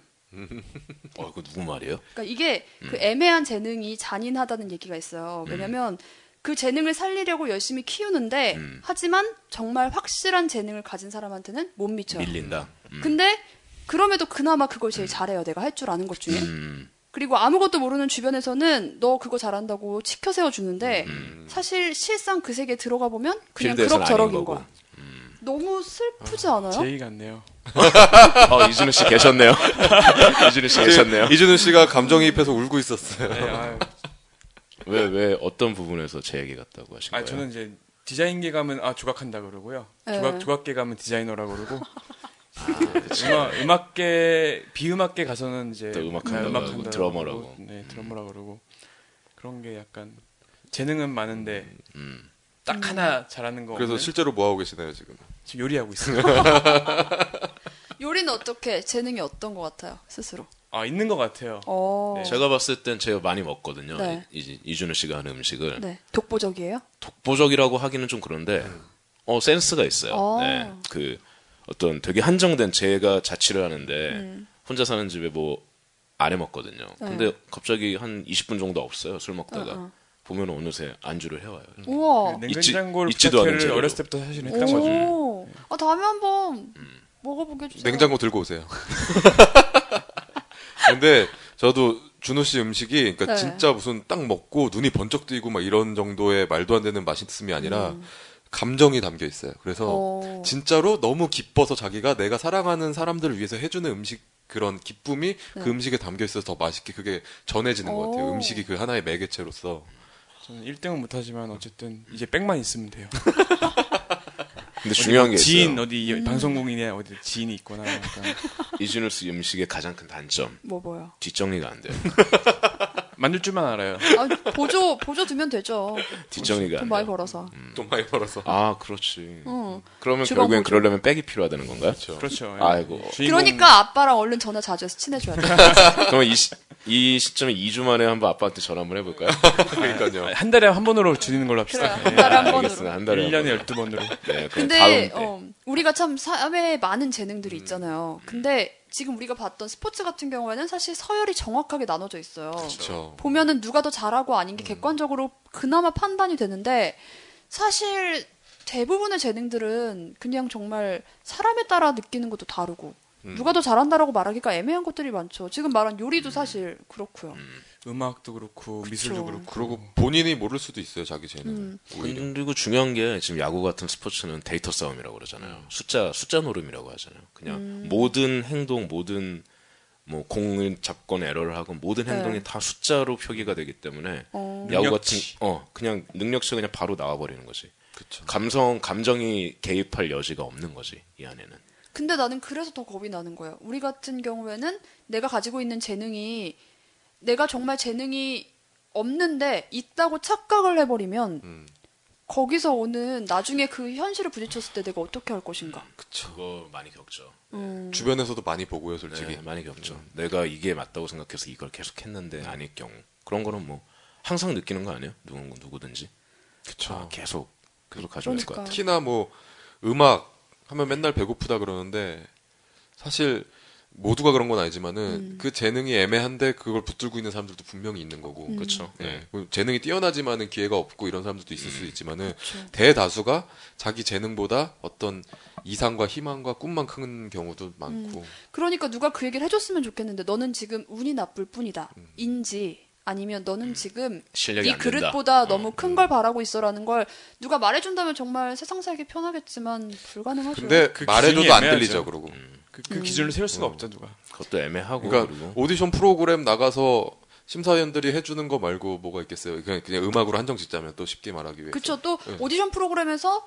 Speaker 2: 어 그거 누구 말이에요?
Speaker 1: 그러니까 이게
Speaker 2: 음.
Speaker 1: 그 애매한 재능이 잔인하다는 얘기가 있어요. 왜냐면 그 재능을 살리려고 열심히 키우는데
Speaker 2: 음.
Speaker 1: 하지만 정말 확실한 재능을 가진 사람한테는 못 미쳐요.
Speaker 2: 밀린다. 음.
Speaker 1: 근데 그럼에도 그나마 그걸 제일 잘해요. 내가 할 줄 아는 것 중에.
Speaker 2: 음.
Speaker 1: 그리고 아무것도 모르는 주변에서는 너 그거 잘한다고 치켜 세워 주는데 사실 실상 그 세계에 들어가 보면 그냥
Speaker 2: 음. 필드에선
Speaker 1: 그럭저럭인
Speaker 2: 아닌 거고.
Speaker 1: 거야. 너무 슬프지 않아요?
Speaker 3: 제의 같네요.
Speaker 2: 어 이준우 씨 계셨네요. 이준우 씨 계셨네요.
Speaker 4: 그 이준우 씨가 감정이입해서 울고 있었어요.
Speaker 3: 네, 아,
Speaker 2: 왜 왜 어떤 부분에서 제 얘기 같다고 하신
Speaker 3: 아
Speaker 2: 거예요?
Speaker 3: 저는 이제 디자인계 가면 아 조각한다 그러고요.
Speaker 1: 네.
Speaker 3: 조각 조각계 가면 디자이너라 그러고. 음악, 음악계 비음악계 가서는 이제
Speaker 2: 또 음악한다고 하고,
Speaker 3: 한다고
Speaker 2: 드러머라고.
Speaker 3: 그러고, 네 드러머라 그러고 그런 게 약간 재능은 많은데
Speaker 2: 음.
Speaker 3: 딱 하나 잘하는 거
Speaker 4: 그래서
Speaker 3: 없는?
Speaker 4: 실제로 뭐 하고 계시나요 지금?
Speaker 3: 지금 요리하고 있어요.
Speaker 1: 요리는 어떻게 재능이 어떤 것 같아요? 스스로.
Speaker 3: 아 있는 것 같아요.
Speaker 1: 어.
Speaker 3: 네.
Speaker 2: 제가 봤을 땐 제가 많이 먹거든요.
Speaker 1: 네.
Speaker 2: 이, 준우 씨가 하는 음식을
Speaker 1: 네. 독보적이에요?
Speaker 2: 독보적이라고 하기는 좀 그런데 어 센스가 있어요.
Speaker 1: 어.
Speaker 2: 네. 그 어떤 되게 한정된 제가 자취를 하는데
Speaker 1: 음.
Speaker 2: 혼자 사는 집에 뭐 안 해먹거든요. 근데 갑자기 한 20분 정도 없어요 술 먹다가
Speaker 1: 네. 어, 음. 어.
Speaker 2: 보면 어느새 안주를 해와요.
Speaker 1: 우와.
Speaker 3: 그 냉장고를
Speaker 2: 잊지- 잊지도 않은
Speaker 3: 부탁해를
Speaker 2: 재료로.
Speaker 3: 어렸을 때부터 사실 했던 거죠.
Speaker 1: 오. 아 다음에 한번 먹어보게 해주세요.
Speaker 4: 냉장고 들고 오세요. 근데 저도 준호 씨 음식이 그러니까
Speaker 1: 네.
Speaker 4: 진짜 무슨 딱 먹고 눈이 번쩍 뜨이고 막 이런 정도의 말도 안 되는 맛있음이 아니라 감정이 담겨 있어요. 그래서
Speaker 1: 오.
Speaker 4: 진짜로 너무 기뻐서 자기가 내가 사랑하는 사람들을 위해서 해주는 음식 그런 기쁨이 그 음식에 담겨 있어서 더 맛있게 그게 전해지는 것 같아요.
Speaker 1: 오.
Speaker 4: 음식이 그 하나의 매개체로서
Speaker 3: 저는 1등은 못하지만 어쨌든 이제 백만 있으면 돼요.
Speaker 2: 근데 중요한 게
Speaker 3: 지인
Speaker 2: 있어요.
Speaker 3: 어디 방송국이냐 어디 지인이 있거나 약간
Speaker 2: 이준우 씨 음식의 가장 큰 단점
Speaker 1: 뭐 뭐요?
Speaker 2: 뒷정리가 안 돼요.
Speaker 3: 만들 줄만 알아요.
Speaker 1: 아, 보조 보조 두면 되죠.
Speaker 2: 뒷정리가
Speaker 1: 돈
Speaker 2: 안
Speaker 1: 많이
Speaker 2: 돼요.
Speaker 1: 벌어서.
Speaker 4: 돈 많이 벌어서
Speaker 2: 아 그렇지.
Speaker 1: 응.
Speaker 2: 그러면
Speaker 1: 주방
Speaker 2: 결국엔
Speaker 1: 보조.
Speaker 2: 그러려면 백이 필요하다는 건가요? 그렇죠.
Speaker 3: 그렇죠. 예.
Speaker 2: 아이고.
Speaker 3: 주인공-
Speaker 1: 그러니까 아빠랑 얼른 전화 자주 해서 친해줘야 돼.
Speaker 2: 그러면 이, 시, 이 시점에 2주 만에 한번 아빠한테 전화 한번 해볼까요?
Speaker 4: 그러니까요.
Speaker 3: 아, 한 달에 한 번으로 줄이는 걸로
Speaker 1: 그래.
Speaker 3: 합시다.
Speaker 1: 한 달에 한
Speaker 2: 알겠습니다.
Speaker 1: 번으로.
Speaker 2: 한 달에 한
Speaker 3: 1년에 12번으로.
Speaker 2: 네, 그럼
Speaker 1: 근데
Speaker 2: 다음 때.
Speaker 1: 어, 우리가 참 사회에 많은 재능들이 있잖아요. 근데 지금 우리가 봤던 스포츠 같은 경우에는 사실 서열이 정확하게 나눠져 있어요.
Speaker 4: 그렇죠.
Speaker 1: 보면은 누가 더 잘하고 아닌 게 객관적으로 그나마 판단이 되는데 사실 대부분의 재능들은 그냥 정말 사람에 따라 느끼는 것도 다르고 누가 더 잘한다라고 말하기가 애매한 것들이 많죠. 지금 말한 요리도 사실 그렇고요.
Speaker 3: 음악도 그렇고 미술도 그렇고
Speaker 4: 그리고 본인이 모를 수도 있어요 자기 재능을 뭐 오히려.
Speaker 2: 그리고 중요한 게 지금 야구 같은 스포츠는 데이터
Speaker 1: 음.
Speaker 2: 싸움이라고 그러잖아요. 숫자 숫자 노름이라고 하잖아요. 그냥 모든 행동, 모든 뭐 공을 잡건 에러를 하건 모든
Speaker 1: 네.
Speaker 2: 행동이 다 숫자로 표기가 되기 때문에
Speaker 1: 어.
Speaker 2: 야구 같은
Speaker 3: 능력치.
Speaker 2: 어 그냥 능력치 그냥 바로 나와 버리는 거지.
Speaker 4: 그쵸.
Speaker 2: 감성 감정이 개입할 여지가 없는 거지 이 안에는.
Speaker 1: 근데 나는 그래서 더 겁이 나는 거예요. 우리 같은 경우에는 내가 가지고 있는 재능이 내가 정말 재능이 없는데 있다고 착각을 해버리면
Speaker 4: 음.
Speaker 1: 거기서 오는 나중에 그 현실을 부딪혔을 때 내가 어떻게 할 것인가.
Speaker 2: 그거 많이 겪죠.
Speaker 1: 음.
Speaker 4: 주변에서도 많이 보고요
Speaker 2: 네,
Speaker 4: 솔직히.
Speaker 2: 많이 겪죠. 내가 이게 맞다고 생각해서 이걸 계속 했는데 아닐 경우 그런 거는 뭐 항상 느끼는 거 아니에요? 누군 누구든지. 그쵸. 계속 계속 가져야 될 것 같아.
Speaker 1: 그러니까.
Speaker 4: 특히나 뭐 음악 하면 맨날 배고프다 그러는데 사실 모두가 그런 건 아니지만은 그 재능이 애매한데 그걸 붙들고 있는 사람들도 분명히 있는 거고
Speaker 2: 그렇죠.
Speaker 4: 예.
Speaker 2: 네.
Speaker 4: 그 재능이 뛰어나지만은 기회가 없고 이런 사람들도 있을
Speaker 3: 음.
Speaker 4: 수 있지만은 대다수가 자기 재능보다 어떤 이상과 희망과 꿈만 큰 경우도 많고
Speaker 1: 그러니까 누가 그 얘기를 해줬으면 좋겠는데 너는 지금 운이 나쁠 뿐이다. 인지 아니면 너는 지금
Speaker 2: 음. 실력이
Speaker 1: 네
Speaker 2: 안 된다. 어. 음.
Speaker 1: 그릇보다 너무 큰 걸 바라고 있어라는 걸 누가 말해준다면 정말 세상 살기 편하겠지만 불가능하죠.
Speaker 4: 근데
Speaker 3: 그
Speaker 4: 말해줘도
Speaker 3: 기준이
Speaker 4: 안
Speaker 3: 애매하죠.
Speaker 4: 들리죠 그러고
Speaker 3: 그, 그 기준을 세울
Speaker 2: 음.
Speaker 3: 수가 없죠 누가.
Speaker 2: 그것도 애매하고
Speaker 4: 그러니까
Speaker 2: 그리고
Speaker 4: 오디션 프로그램 나가서 심사위원들이 해주는 거 말고 뭐가 있겠어요 그냥, 그냥 음악으로 한정 짓자면 또 쉽게 말하기 위해서
Speaker 1: 그쵸 또 오디션 프로그램에서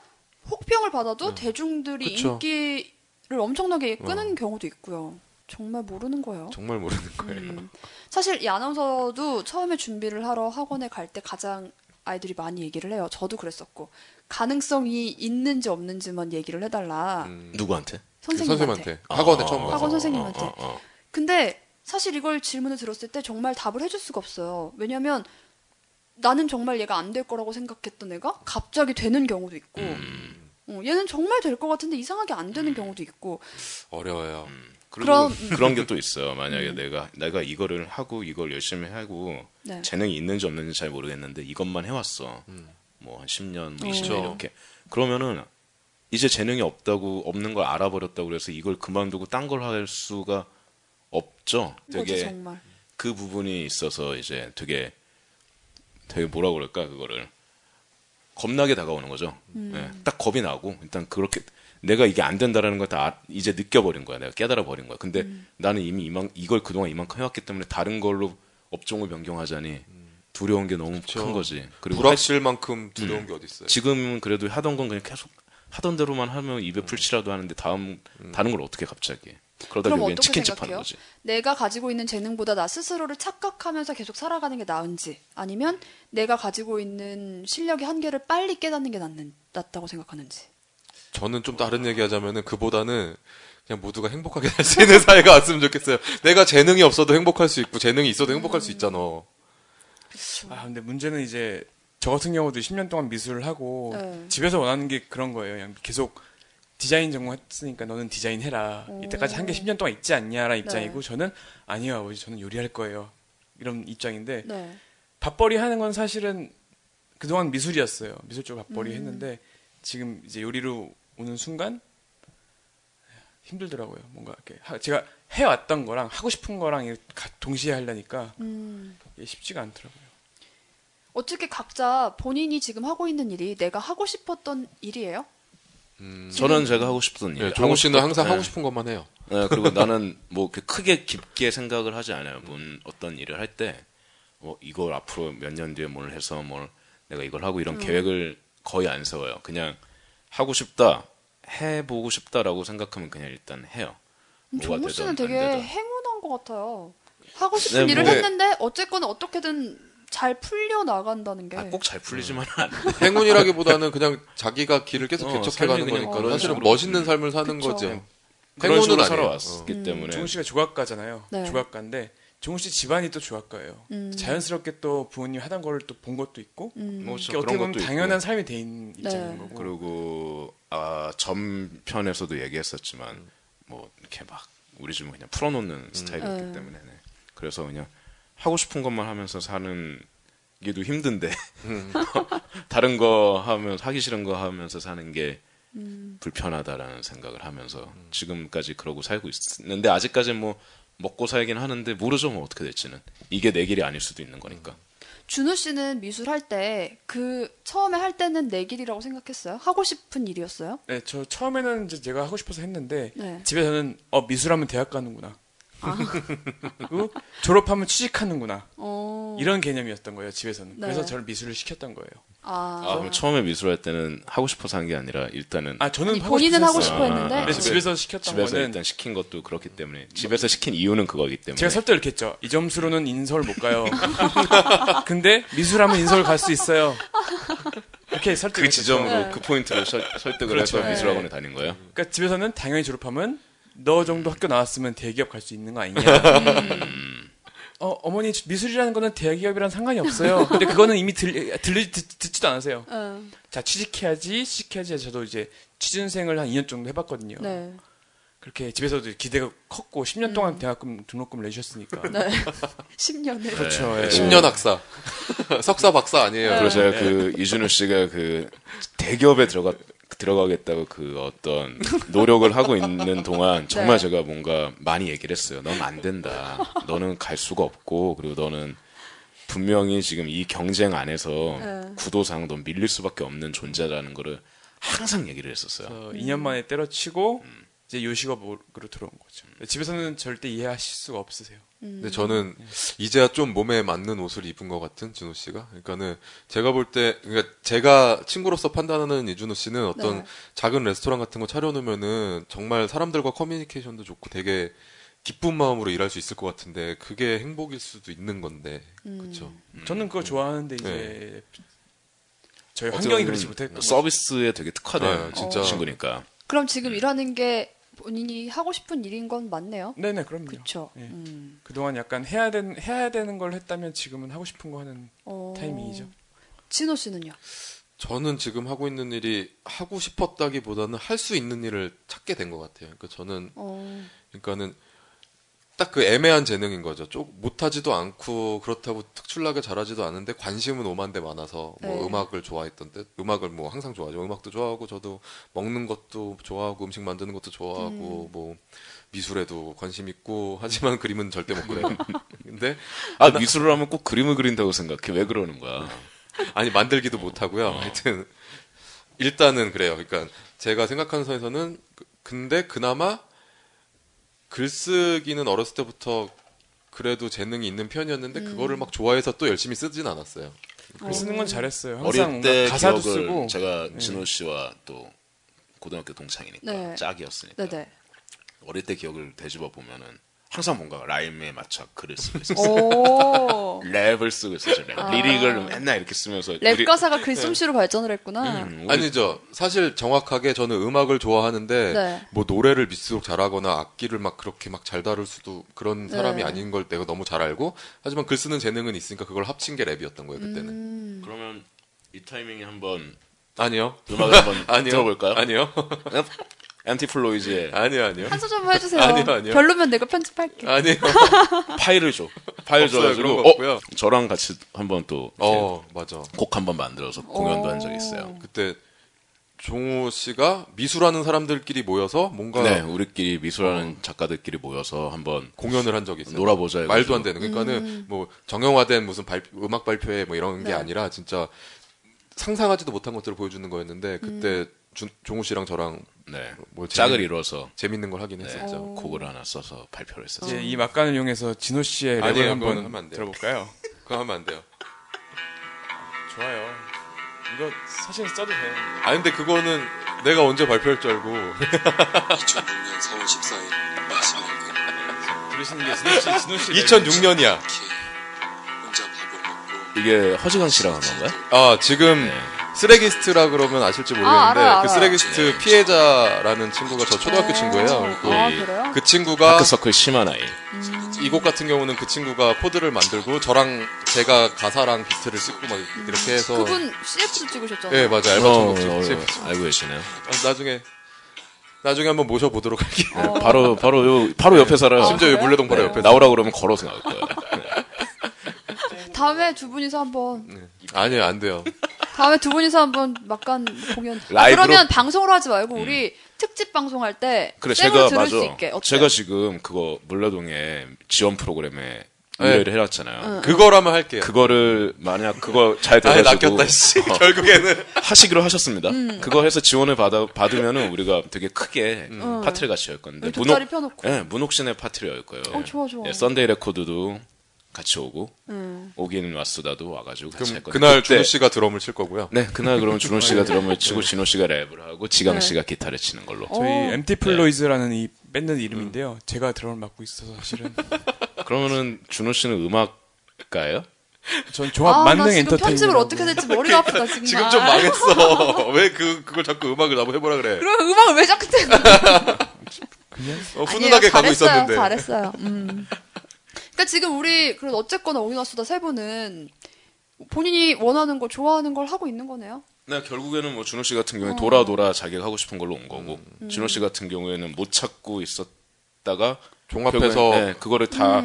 Speaker 1: 혹평을 받아도 대중들이
Speaker 4: 그쵸.
Speaker 1: 인기를 엄청나게 끄는 경우도 있고요. 정말 모르는 거예요.
Speaker 4: 정말 모르는 거예요
Speaker 1: 음. 사실 이 아나운서도 처음에 준비를 하러 학원에 갈 때 가장 아이들이 많이 얘기를 해요. 저도 그랬었고 가능성이 있는지 없는지만 얘기를 해달라
Speaker 2: 누구한테?
Speaker 1: 음, 그 선생님한테.
Speaker 4: 그
Speaker 2: 아.
Speaker 4: 학원에 처음 가서
Speaker 1: 학원 선생님한테.
Speaker 2: 어, 어, 어.
Speaker 1: 근데 사실 이걸 질문을 들었을 때 정말 답을 해줄 수가 없어요. 왜냐면 나는 정말 얘가 안 될 거라고 생각했던 애가 갑자기 되는 경우도 있고,
Speaker 2: 음.
Speaker 1: 어, 얘는 정말 될 것 같은데 이상하게 안 되는 경우도 있고,
Speaker 4: 어려워요
Speaker 2: 음. 그리고
Speaker 1: 그럼-
Speaker 2: 그런 게 또 있어. 만약에 내가 내가 이거를 하고 이걸 열심히 하고
Speaker 1: 네.
Speaker 2: 재능이 있는지 없는지 잘 모르겠는데 이것만 해왔어. 뭐 한 10년, 뭐 20년
Speaker 4: 그렇죠.
Speaker 2: 이렇게. 그러면은 이제 재능이 없다고 없는 걸 알아버렸다고 그래서 이걸 그만두고 딴 걸 할 수가 없죠.
Speaker 1: 뭐지
Speaker 2: 되게
Speaker 1: 정말.
Speaker 2: 그 부분이 있어서 이제 되게 되게 뭐라 그럴까 그거를 겁나게 다가오는 거죠.
Speaker 1: 음.
Speaker 2: 예, 딱 겁이 나고 일단 그렇게 내가 이게 안 된다라는 걸 다 아, 이제 느껴버린 거야. 내가 깨달아 버린 거야. 근데
Speaker 1: 음.
Speaker 2: 나는 이미 이만 이걸 그동안 이만큼 해왔기 때문에 다른 걸로 업종을 변경하자니 두려운 게 너무 큰 거지. 그리고
Speaker 4: 뭐 불확실만큼 두려운
Speaker 2: 음.
Speaker 4: 게 어디 있어요
Speaker 2: 지금은 그래도 하던 건 그냥 계속 하던 대로만 하면 입에
Speaker 4: 음.
Speaker 2: 풀칠라도 하는데 다음 다른 걸 어떻게 갑자기 그러다
Speaker 1: 그럼
Speaker 2: 결국엔
Speaker 1: 어떻게
Speaker 2: 치킨집 하는
Speaker 1: 생각해요?
Speaker 2: 거지.
Speaker 1: 내가 가지고 있는 재능보다 나 스스로를 착각하면서 계속 살아가는 게 나은지, 아니면 내가 가지고 있는 실력의 한계를 빨리 깨닫는 게 낫는, 낫다고 생각하는지.
Speaker 4: 저는 좀 다른 얘기하자면은 그보다는 그냥 모두가 행복하게 살 수 있는 사회가 왔으면 좋겠어요. 내가 재능이 없어도 행복할 수 있고 재능이 있어도 행복할 수 있잖아.
Speaker 2: 음.
Speaker 3: 아 근데 문제는 이제 저 같은 경우도 10년 동안 미술을 하고
Speaker 1: 네.
Speaker 3: 집에서 원하는 게 그런 거예요. 그냥 계속 디자인 전공했으니까 너는 디자인 해라. 이때까지 한 게 10년 동안 있지 않냐라는 입장이고 저는 아니요 아버지 저는 요리할 거예요. 이런 입장인데
Speaker 1: 네.
Speaker 3: 밥벌이 하는 건 사실은 그동안 미술이었어요. 미술 쪽 밥벌이
Speaker 1: 음.
Speaker 3: 했는데 지금 이제 요리로 오는 순간 힘들더라고요. 뭔가 이렇게 하- 제가 해왔던 거랑 하고 싶은 거랑 이렇게 가- 동시에 하려니까
Speaker 1: 음.
Speaker 3: 이게 쉽지가 않더라고요.
Speaker 1: 어떻게 각자 본인이 지금 하고 있는 일이 내가 하고 싶었던 일이에요?
Speaker 2: 저는 제가 하고 싶던 일.
Speaker 4: 예, 음. 종호 씨는
Speaker 2: 싶었-
Speaker 4: 항상
Speaker 2: 예.
Speaker 4: 하고 싶은 것만 해요.
Speaker 2: 네, 그리고 나는 뭐 이렇게 크게 깊게 생각을 하지 않아요. 뭔 어떤 일을 할 때, 뭐 이걸 앞으로 몇 년 뒤에 뭘 해서 뭘 내가 이걸 하고 이런 계획을 거의 안 세워요. 그냥 하고 싶다, 해보고 싶다라고 생각하면 그냥 일단 해요. 뭐가
Speaker 1: 정우 씨는
Speaker 2: 되든
Speaker 1: 음, 되게
Speaker 2: 안 되든.
Speaker 1: 행운한 것 같아요. 하고 싶은
Speaker 2: 네,
Speaker 1: 일을
Speaker 2: 뭐-
Speaker 1: 했는데 어쨌거나 어떻게든 잘 풀려 나간다는 게.
Speaker 2: 아, 꼭 잘 풀리지만 안 돼.
Speaker 4: 행운이라기보다는 그냥 자기가 길을 계속
Speaker 2: 어,
Speaker 4: 개척해가는
Speaker 2: 삶이 그냥
Speaker 4: 거니까
Speaker 2: 그런
Speaker 4: 사실은
Speaker 2: 식으로.
Speaker 4: 멋있는 삶을 사는
Speaker 1: 그쵸.
Speaker 4: 거지.
Speaker 2: 그런 식으로
Speaker 4: 아니에요. 어.
Speaker 2: 살아왔기 때문에
Speaker 3: 종훈 씨가 조각가잖아요.
Speaker 1: 네. 음.
Speaker 3: 조각가인데 종훈 씨 집안이 또 조각가예요. 자연스럽게 또 부모님 하던 거를 또 본 것도 있고
Speaker 2: 뭐
Speaker 3: 이게
Speaker 2: 그런
Speaker 3: 어떻게 보면
Speaker 2: 것도 있고.
Speaker 3: 당연한 삶이 돼있는 입장인
Speaker 1: 네.
Speaker 3: 거고
Speaker 2: 그리고 아 전편에서도 얘기했었지만 뭐 이렇게 막 우리 집은 그냥 풀어놓는 스타일이었기
Speaker 1: 음.
Speaker 2: 때문에 네. 그래서 그냥 하고 싶은 것만 하면서 사는 게도 힘든데 다른 거 하면 하기 싫은 거 하면서 사는 게 음. 불편하다라는 생각을 하면서 지금까지 그러고 살고 있는데 아직까지 뭐 먹고 살긴 하는데 모르죠 뭐 어떻게 될지는 이게 내 길이 아닐 수도 있는 거니까
Speaker 1: 준우 씨는 미술 할 때 그 처음에 할 때는 내 길이라고 생각했어요. 하고 싶은 일이었어요.
Speaker 3: 네, 저 처음에는 이제 제가 하고 싶어서 했는데
Speaker 1: 네. 아.
Speaker 3: 집에서는 어 미술하면 대학 가는구나. 그리고 졸업하면 취직하는구나
Speaker 1: 어.
Speaker 3: 이런 개념이었던 거예요 집에서는.
Speaker 1: 네.
Speaker 3: 그래서 저를 미술을 시켰던 거예요.
Speaker 1: 아.
Speaker 2: 아, 그럼 처음에 미술할 때는 하고 싶어서 한 게 아니라 일단은
Speaker 3: 아 저는
Speaker 1: 이 본인은 하고 싶어
Speaker 3: 싶었어요.
Speaker 1: 했는데.
Speaker 2: 아, 아,
Speaker 3: 근데
Speaker 2: 아.
Speaker 3: 집에서 시켰던
Speaker 2: 집에서
Speaker 3: 거는
Speaker 2: 일단 네. 시킨 것도 그렇기 때문에 집에서 시킨 이유는 그거기 때문에
Speaker 3: 제가 설득을 이렇게 했죠. 이 점수로는 인서울 못 가요. 근데 미술하면 인서울 갈 수 있어요. 이렇게 설득을
Speaker 2: 그
Speaker 3: 했죠.
Speaker 2: 지점으로 그 포인트로 설, 득을
Speaker 3: 그렇죠.
Speaker 2: 해서 미술학원에 다닌 거예요.
Speaker 3: 그러니까 집에서는 당연히 졸업하면 너 정도 학교 나왔으면 대기업 갈 수 있는 거 아니냐. 어, 어머니 미술이라는 거는 대기업이랑 상관이 없어요. 근데 그거는 이미 들, 들, 듣, 듣지도 않으세요.
Speaker 1: 어.
Speaker 3: 자 취직해야지 취직해야지 해서 저도 이제 취준생을 한 2년 정도 해봤거든요.
Speaker 1: 네.
Speaker 3: 그렇게 집에서도 기대가 컸고 10년 동안 대학금 등록금을 내주셨으니까
Speaker 1: 10년을.
Speaker 3: 그렇죠. 예.
Speaker 4: 네. 10년 학사. 석사 박사 아니에요.
Speaker 2: 네. 그래서
Speaker 3: 네.
Speaker 2: 제가 그 이준우 씨가 그 대기업에 들어가 들어가겠다고 그 어떤 노력을 하고 있는 동안
Speaker 3: 네.
Speaker 2: 정말 제가 뭔가 많이 얘기를 했어요. 넌 안 된다. 너는 갈 수가 없고 그리고 너는 분명히 지금 이 경쟁 안에서
Speaker 3: 네.
Speaker 2: 구도상 넌 밀릴 수밖에 없는 존재라는 거를 항상 얘기를 했었어요.
Speaker 3: 그래서 2년 만에 때려치고 이제 요식업으로 들어온 거죠. 집에서는 절대 이해하실 수가 없으세요.
Speaker 1: 음.
Speaker 4: 근데 저는 이제야 좀 몸에 맞는 옷을 입은 것 같은 준호 씨가. 그러니까는 제가 볼 때 그러니까 제가 친구로서 판단하는 이준호 씨는 어떤
Speaker 1: 네.
Speaker 4: 작은 레스토랑 같은 거 차려놓으면은 정말 사람들과 커뮤니케이션도 좋고 되게 기쁜 마음으로 일할 수 있을 것 같은데 그게 행복일 수도 있는 건데
Speaker 1: 음.
Speaker 4: 그렇죠.
Speaker 3: 저는 그거 좋아하는데 이제 저희 예, 환경이 그렇지 못했고
Speaker 2: 음. 서비스에 되게 특화된
Speaker 4: 네, 진짜.
Speaker 2: 친구니까.
Speaker 1: 그럼 지금 일하는 게 본인이 하고 싶은 일인 건 맞네요.
Speaker 3: 네네 그럼요.
Speaker 1: 그렇죠.
Speaker 3: 예.
Speaker 1: 음.
Speaker 3: 그동안 약간 해야 되는 해야 되는 걸 했다면 지금은 하고 싶은 거 하는
Speaker 1: 어.
Speaker 3: 타이밍이죠.
Speaker 1: 진호 씨는요?
Speaker 4: 저는 지금 하고 있는 일이 하고 싶었다기보다는 할 수 있는 일을 찾게 된 것 같아요. 그러니까 저는
Speaker 1: 어.
Speaker 4: 그러니까는 딱 그 애매한 재능인 거죠. 쪽 못하지도 않고 그렇다고 특출나게 잘하지도 않은데 관심은 오만데 많아서 뭐
Speaker 1: 네.
Speaker 4: 음악을 좋아했던 때 음악을 뭐 항상 좋아하죠. 음악도 좋아하고 저도 먹는 것도 좋아하고 음식 만드는 것도 좋아하고 뭐 미술에도 관심 있고 하지만 그림은 절대 못 그려요. 근데
Speaker 2: 아 미술을 하면 꼭 그림을 그린다고 생각해. 왜 그러는 거야?
Speaker 4: 아니 만들기도 못 하고요.
Speaker 2: 어.
Speaker 4: 하여튼 일단은 그래요. 그러니까 제가 생각하는 선에서는 그- 근데 그나마 글쓰기는 어렸을 때부터 그래도 재능이 있는 편이었는데
Speaker 1: 음.
Speaker 4: 그거를 막 좋아해서 또 열심히 쓰진 않았어요.
Speaker 3: 글 쓰는 건 잘했어요. 항상
Speaker 2: 어릴 때
Speaker 3: 뭔가 가사도
Speaker 2: 기억을
Speaker 3: 쓰고 네.
Speaker 2: 제가 진호 씨와 또 고등학교 동창이니까
Speaker 1: 네.
Speaker 2: 짝이었으니까
Speaker 1: 네네.
Speaker 2: 어릴 때 기억을 되짚어 보면은 항상 뭔가 라임에 맞춰 글을 쓰고 있었어요.
Speaker 1: 오.
Speaker 2: 랩을 쓰고 있었죠. 랩. 리릭을 맨날 이렇게 쓰면서
Speaker 1: 어. 아. 랩
Speaker 2: 우리-
Speaker 1: 가사가 글솜씨로 발전을 했구나.
Speaker 2: 음, 우리
Speaker 4: 아니죠. 사실 정확하게 저는 음악을 좋아하는데
Speaker 1: 네.
Speaker 4: 뭐 노래를 미스록 잘하거나 악기를 막 그렇게 막 잘 다룰 수도 그런
Speaker 1: 네.
Speaker 4: 사람이 아닌 걸 내가 너무 잘 알고 하지만 글 쓰는 재능은 있으니까 그걸 합친 게 랩이었던 거예요 그때는.
Speaker 1: 음.
Speaker 2: 그러면 이 타이밍에 한번
Speaker 4: 아니요.
Speaker 2: 음악을 한번
Speaker 4: 아니요.
Speaker 2: 들어볼까요? 네?
Speaker 4: 아니요.
Speaker 2: 엠티 플로이즈의
Speaker 4: 아니요 아니요.
Speaker 1: 한 소절만 해주세요.
Speaker 4: 아니요, 아니요.
Speaker 1: 별로면 내가 편집할게.
Speaker 4: 아니요.
Speaker 2: 파일을 줘. 파일
Speaker 4: 없어요. 그런
Speaker 2: 줘가지고
Speaker 4: 거 없고요.
Speaker 2: 어, 저랑 같이 한번 또 곡
Speaker 4: 어, 맞아.
Speaker 2: 한번 만들어서 공연도 한 적이 있어요.
Speaker 4: 그때 종호 씨가 미술하는 사람들끼리 모여서 뭔가
Speaker 2: 네, 우리끼리 미술하는 작가들끼리 모여서 한번
Speaker 4: 공연을 한 적이 있어요.
Speaker 2: 놀아보자 해가지고.
Speaker 4: 말도 안 되는. 그러니까는 뭐 정형화된 무슨 발- 음악 발표회 뭐 이런 게
Speaker 1: 네.
Speaker 4: 아니라 진짜 상상하지도 못한 것들을 보여주는 거였는데 그때 준- 종호 씨랑 저랑
Speaker 2: 네,
Speaker 4: 뭐
Speaker 2: 짝을
Speaker 4: 재밌-
Speaker 2: 이뤄서 네,
Speaker 4: 재밌는 걸 하긴
Speaker 1: 어.
Speaker 4: 했었죠.
Speaker 2: 곡을 하나 써서 발표를 했었어요.
Speaker 3: 이제 이 막간을 이용해서 진호 씨의 랩을
Speaker 4: 아니에요, 그건 네, 하면 안
Speaker 3: 한번
Speaker 4: 돼요.
Speaker 3: 들어볼까요?
Speaker 4: 그거 하면 안 돼요.
Speaker 3: 좋아요. 이거 사실 써도 돼요.
Speaker 4: 아 근데 그거는 내가 언제 발표할 줄 알고
Speaker 3: 들으시는 게 진호 씨, 진호 씨 랩.
Speaker 4: 2006년이야.
Speaker 2: 이게 허지강 씨랑 한 건가요? 네.
Speaker 4: 아 지금
Speaker 3: 네.
Speaker 4: 쓰레기스트라 그러면 아실지 모르겠는데
Speaker 1: 아, 알아요,
Speaker 4: 그
Speaker 1: 알아요.
Speaker 3: 네.
Speaker 4: 쓰레기스트 피해자라는 친구가 저 초등학교 친구예요. 그,
Speaker 1: 네. 아, 그래요?
Speaker 4: 그 친구가
Speaker 2: 다크서클 심한 아이.
Speaker 4: 이 곡 같은 경우는 그 친구가 코드를 만들고 저랑 제가 가사랑 비트를 찍고 막 이렇게 해서
Speaker 1: 음, 그분 CF도 찍으셨잖아요.
Speaker 4: 예 맞아 알바
Speaker 2: 어,
Speaker 4: 전곡
Speaker 2: 어,
Speaker 4: 찍- 찍-
Speaker 2: 알고 계시네요.
Speaker 4: 아, 나중에 나중에 한번 모셔보도록 할게요.
Speaker 1: 어.
Speaker 2: 네, 바로 바로 요 바로 옆에 살아요. 네.
Speaker 4: 심지어 여기 물레동 바로 옆에
Speaker 2: 나오라 그러면 걸어서 나올 거예요. 네.
Speaker 1: 다음에 두 분이서 한번
Speaker 4: 아니요 안 돼요.
Speaker 1: 다음에 두 분이서 한번 막간 공연. 아,
Speaker 2: 라이브로-
Speaker 1: 그러면 방송으로 하지 말고 우리 특집 방송할 때
Speaker 2: 그래
Speaker 1: 셀로
Speaker 2: 제가
Speaker 1: 들을 수
Speaker 2: 맞아.
Speaker 1: 있게. 어때?
Speaker 2: 제가 지금 그거 물레동에 지원 프로그램에
Speaker 4: 네.
Speaker 2: 의뢰를 해놨잖아요.
Speaker 4: 그거라면 할게요.
Speaker 2: 그거를 만약 그거 잘
Speaker 4: 아예
Speaker 2: 돼가지고
Speaker 4: 낚였다 씨
Speaker 2: 어,
Speaker 4: 결국에는
Speaker 2: 하시기로 하셨습니다.
Speaker 1: 음.
Speaker 2: 그거 해서 지원을 받아 받으면은 우리가 되게 크게
Speaker 4: 음.
Speaker 2: 파티를 같이 열 건데
Speaker 1: 우리 어. 돗자리 펴놓고.
Speaker 2: 예, 문옥신의 파티를 열 거예요.
Speaker 1: 어, 좋아, 음. 좋아.
Speaker 2: 예, 썬데이 레코드도 같이 오고 오기는 왔수다도 와가지고 같이 할
Speaker 4: 그럼
Speaker 2: 건데
Speaker 4: 그날
Speaker 2: 그때-
Speaker 4: 준호 씨가 드럼을 칠 거고요.
Speaker 2: 네 그날 그러면 준호 씨가 드럼을 치고 진호 씨가 랩을 하고
Speaker 1: 네.
Speaker 2: 지강 씨가 기타를 치는 걸로
Speaker 1: 어.
Speaker 3: 저희 MT 플로이즈라는 이 밴드 이름인데요. 제가 드럼을 맡고 있어서 사실은
Speaker 2: 그러면은 준호 씨는 음악가예요?
Speaker 3: 전
Speaker 1: 아,
Speaker 3: 종합 만능
Speaker 1: 나 지금
Speaker 3: 엔터테인먼트.
Speaker 1: 편집을 어떻게 될지 머리가 아프다 지금.
Speaker 4: 지금
Speaker 1: 나.
Speaker 4: 좀 망했어. 왜 그 그걸 자꾸 음악을 나보고 해보라 그래.
Speaker 1: 그러면 음악을 왜 자꾸 듣는 거야?
Speaker 4: 어,
Speaker 1: 아니에요.
Speaker 4: 훈훈하게 가고
Speaker 1: 잘했어요.
Speaker 4: 있었는데.
Speaker 1: 잘했어요. 음. 그러니까 지금 우리 그래도 어쨌거나 오이나수다 세 분은 본인이 원하는 거 좋아하는 걸 하고 있는 거네요.
Speaker 2: 네, 결국에는 뭐 준호 씨 같은 경우에 돌아 돌아 자기가 하고 싶은 걸로 온 거고
Speaker 1: 음.
Speaker 2: 음. 준호 씨 같은 경우에는 못 찾고 있었다가
Speaker 4: 종합해서 음.
Speaker 2: 결국엔, 네, 그거를 다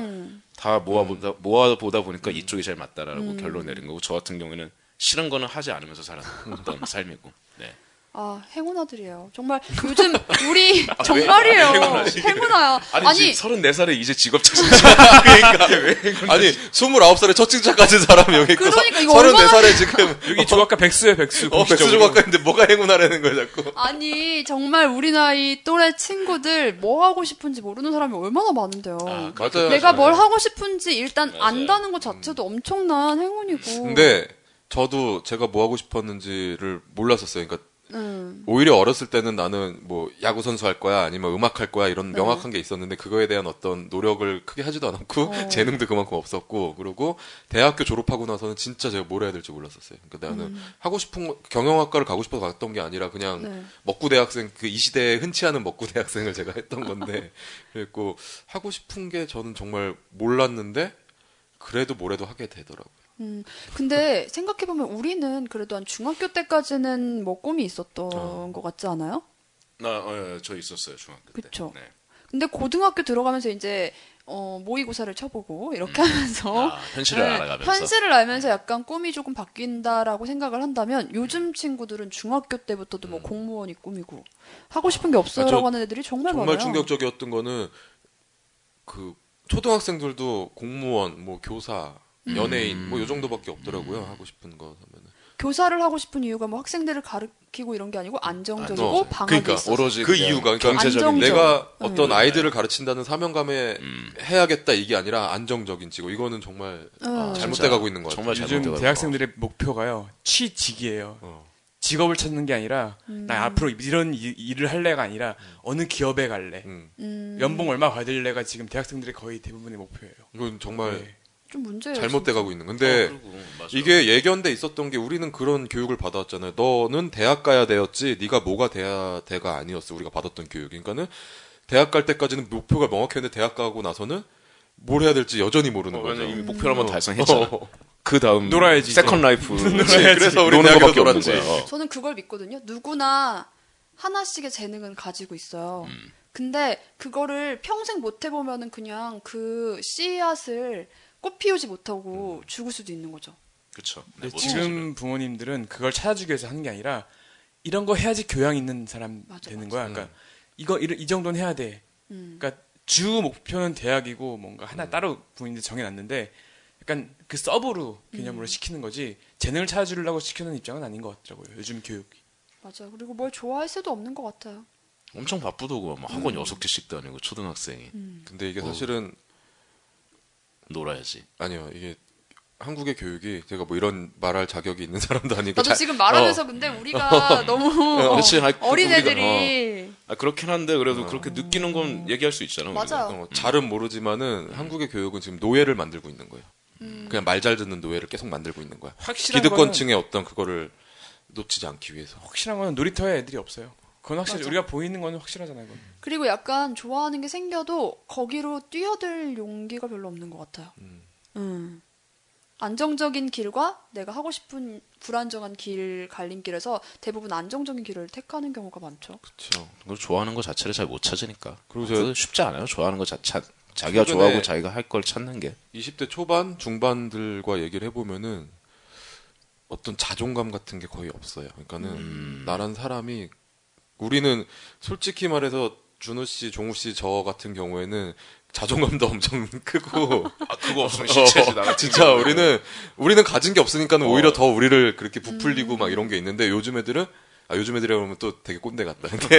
Speaker 2: 다
Speaker 1: 음.
Speaker 2: 모아보다 모아보다 보니까 이쪽이 제일 맞다라고 결론 내린 거고 저 같은 경우에는 싫은 거는 하지 않으면서 살았던 삶이고 네.
Speaker 1: 아 행운아들이에요. 정말 요즘 우리
Speaker 4: 아,
Speaker 1: 정말이에요. 행운아야.
Speaker 2: 아니,
Speaker 1: 아니
Speaker 2: 34살에 이제 직업 찾으니까 그러니까
Speaker 4: 아니 29살에 첫 칭찬까지 사람 여기 있고
Speaker 1: 그러니까 이거
Speaker 4: 34살에 지금
Speaker 3: 여기 조각가 백수예요, 백수.
Speaker 4: 어 백수
Speaker 3: 공식적으로.
Speaker 4: 조각가인데 뭐가 행운하라는 거야 자꾸
Speaker 1: 아니 정말 우리 나이 또래 친구들 뭐 하고 싶은지 모르는 사람이 얼마나 많은데요.
Speaker 4: 맞아요 그렇죠. 음.
Speaker 1: 내가 뭘 하고 싶은지 일단 안다는 것 자체도 엄청난 행운이고.
Speaker 4: 근데 저도 제가 뭐 하고 싶었는지를 몰랐었어요 그러니까
Speaker 1: 음.
Speaker 4: 오히려 어렸을 때는 나는 뭐 야구 선수 할 거야 아니면 음악 할 거야 이런 명확한 게 있었는데 그거에 대한 어떤 노력을 크게 하지도 않았고 재능도 그만큼 없었고 그리고 대학교 졸업하고 나서는 진짜 제가 뭘 해야 될지 몰랐었어요. 그러니까 나는 하고 싶은 거- 경영학과를 가고 싶어서 갔던 게 아니라 그냥
Speaker 1: 네.
Speaker 4: 먹구 대학생 그 이 시대에 흔치 않은 먹구 대학생을 제가 했던 건데 그랬고 하고 싶은 게 저는 정말 몰랐는데 그래도 뭐래도 하게 되더라고요.
Speaker 1: 음, 근데 생각해보면 우리는 그래도 한 중학교 때까지는 뭐 꿈이 있었던 것 같지 않아요?
Speaker 2: 나 어, 저 있었어요 중학교 때.
Speaker 1: 그쵸.
Speaker 2: 네.
Speaker 1: 근데 고등학교 들어가면서 이제 어, 모의고사를 쳐보고 이렇게 하면서
Speaker 2: 아, 현실을
Speaker 1: 네,
Speaker 2: 알아가면서.
Speaker 1: 현실을 알면서 약간 꿈이 조금 바뀐다라고 생각을 한다면 요즘 친구들은 중학교 때부터도 뭐 공무원이 꿈이고 하고 싶은 게
Speaker 4: 아,
Speaker 1: 없어요라고
Speaker 4: 저
Speaker 1: 하는 애들이 정말,
Speaker 4: 정말
Speaker 1: 많아요.
Speaker 4: 충격적이었던 거는 그 초등학생들도 공무원, 뭐 교사,
Speaker 1: 음.
Speaker 4: 연예인 뭐 요 정도밖에 없더라고요. 하고 싶은 거 하면은.
Speaker 1: 교사를 하고 싶은 이유가 뭐 학생들을 가르치고 이런 게 아니고 안정적이고
Speaker 4: 안정.
Speaker 1: 방학이
Speaker 4: 그러니까
Speaker 1: 있어서.
Speaker 2: 오로지
Speaker 4: 그
Speaker 2: 그냥
Speaker 4: 이유가 그러니까
Speaker 1: 경제적인 음. 안정적.
Speaker 4: 내가 어떤 아이들을 가르친다는 사명감에 해야겠다 이게 아니라 안정적인 직업. 이거는 정말
Speaker 2: 아,
Speaker 1: 음.
Speaker 4: 아, 잘못돼 가고 있는 거 같아요.
Speaker 2: 정말 잘못돼
Speaker 3: 요즘
Speaker 2: 가고
Speaker 3: 대학생들의 목표가요. 취직이에요. 직업을 찾는 게 아니라
Speaker 1: 음.
Speaker 3: 나 앞으로 이런 이- 일을 할래가 아니라 어느 기업에 갈래.
Speaker 4: 음.
Speaker 3: 연봉 얼마 받을래가 지금 대학생들의 거의 대부분의 목표예요.
Speaker 4: 이건 정말
Speaker 3: 네.
Speaker 1: 좀 문제예요.
Speaker 4: 잘못돼 가고 있는. 근데
Speaker 2: 이게
Speaker 4: 그렇죠. 이게 예견돼 있었던 게 우리는 그런 교육을 받아왔잖아요. 너는 대학 가야 되었지, 네가 뭐가 돼야 돼가 아니었어. 우리가 받았던 교육. 그러니까는 대학 갈 때까지는 목표가 명확했는데 대학 가고 나서는 뭘 해야 될지 여전히 모르는 거죠.
Speaker 2: 어, 이미 목표를
Speaker 4: 어.
Speaker 2: 한번 달성했잖아. 그 다음
Speaker 3: 놀아야지, 이제.
Speaker 2: 세컨 라이프
Speaker 4: 그래서 우리
Speaker 2: 노는
Speaker 4: 대학에서
Speaker 2: 거밖에 없는
Speaker 4: 놀았지.
Speaker 2: 거야. 어.
Speaker 1: 저는 그걸 믿거든요. 누구나 하나씩의 재능은 가지고 있어요.
Speaker 2: 음.
Speaker 1: 근데 그거를 평생 못 해보면은 그냥 그 씨앗을 꽃 피우지
Speaker 2: 음.
Speaker 1: 못하고 죽을 수도 있는 거죠.
Speaker 2: 그쵸. 네,
Speaker 3: 근데
Speaker 2: 뭐
Speaker 3: 지금 부모님들은 그걸 찾아주기 위해서 하는 게 아니라 이런 거 해야지 교양 있는 사람
Speaker 1: 맞아,
Speaker 3: 되는 거야. 그러니까 이거 이런- 이 정도는 해야 돼.
Speaker 1: 음.
Speaker 3: 그러니까 주 목표는 대학이고 뭔가 하나 따로 부모님들 정해놨는데 약간 그 서브로
Speaker 1: 음.
Speaker 3: 개념으로 시키는 거지 재능을 찾아주려고 시키는 입장은 아닌 것 같더라고요. 요즘 교육.
Speaker 1: 맞아요. 그리고 뭘 좋아할 수도 없는 것 같아요.
Speaker 2: 엄청 바쁘더고 막 학원 여섯 개씩 다니고 초등학생이
Speaker 1: 음.
Speaker 4: 음. 근데
Speaker 2: 어.
Speaker 4: 이게 사실은
Speaker 2: 놀아야지.
Speaker 4: 아니요. 이게 한국의 교육이 제가 뭐 이런 말할 자격이 있는 사람도
Speaker 1: 나도
Speaker 2: 그러니까
Speaker 4: 아니고 자-
Speaker 1: 지금
Speaker 2: 어.
Speaker 1: 말하면서 근데 우리가 너무
Speaker 2: 그치. 아이,
Speaker 1: 어린
Speaker 2: 우리가,
Speaker 1: 애들이
Speaker 2: 아, 그렇긴 한데 그래도 그렇게 느끼는 건 얘기할 수 있잖아. 우리가.
Speaker 1: 맞아요.
Speaker 4: 어, 잘은 모르지만은 한국의 교육은 지금 노예를 만들고 있는 거예요. 그냥 말 잘 듣는 노예를 계속 만들고 있는 거야.
Speaker 3: 확실한 거는
Speaker 4: 기득권층의 어떤 그거를 놓치지 않기 위해서.
Speaker 3: 확실한 건 놀이터에 애들이 없어요. 그건 확실히 우리가 보이는 건 확실하잖아요. 그건.
Speaker 1: 그리고 약간 좋아하는 게 생겨도 거기로 뛰어들 용기가 별로 없는 것 같아요. 음. 안정적인 길과 내가 하고 싶은 불안정한 길 갈림길에서 대부분 안정적인 길을 택하는 경우가 많죠.
Speaker 4: 그렇죠.
Speaker 2: 그걸 좋아하는 거 자체를 잘 못 찾으니까.
Speaker 4: 그리고
Speaker 2: 그래서
Speaker 4: 제가-
Speaker 2: 쉽지 않아요. 좋아하는 거 자, 자, 자기가
Speaker 4: 최근에-
Speaker 2: 좋아하고 자기가 할 걸 찾는 게.
Speaker 4: 20대 초반, 중반들과 얘기를 해보면은 어떤 자존감 같은 게 거의 없어요. 그러니까는
Speaker 3: 음.
Speaker 4: 나란 사람이 우리는 솔직히 말해서 준호 씨, 종우 씨 저 같은 경우에는 자존감도 엄청 크고
Speaker 2: 아, 그거 없으면
Speaker 4: 어, 진짜 우리는 우리는 가진 게 없으니까
Speaker 3: 어.
Speaker 4: 는 오히려 더 우리를 그렇게 부풀리고
Speaker 1: 음.
Speaker 4: 막 이런 게 있는데 요즘 애들은 아 요즘 애들이라고 하면 또 되게 꼰대 같다. 근데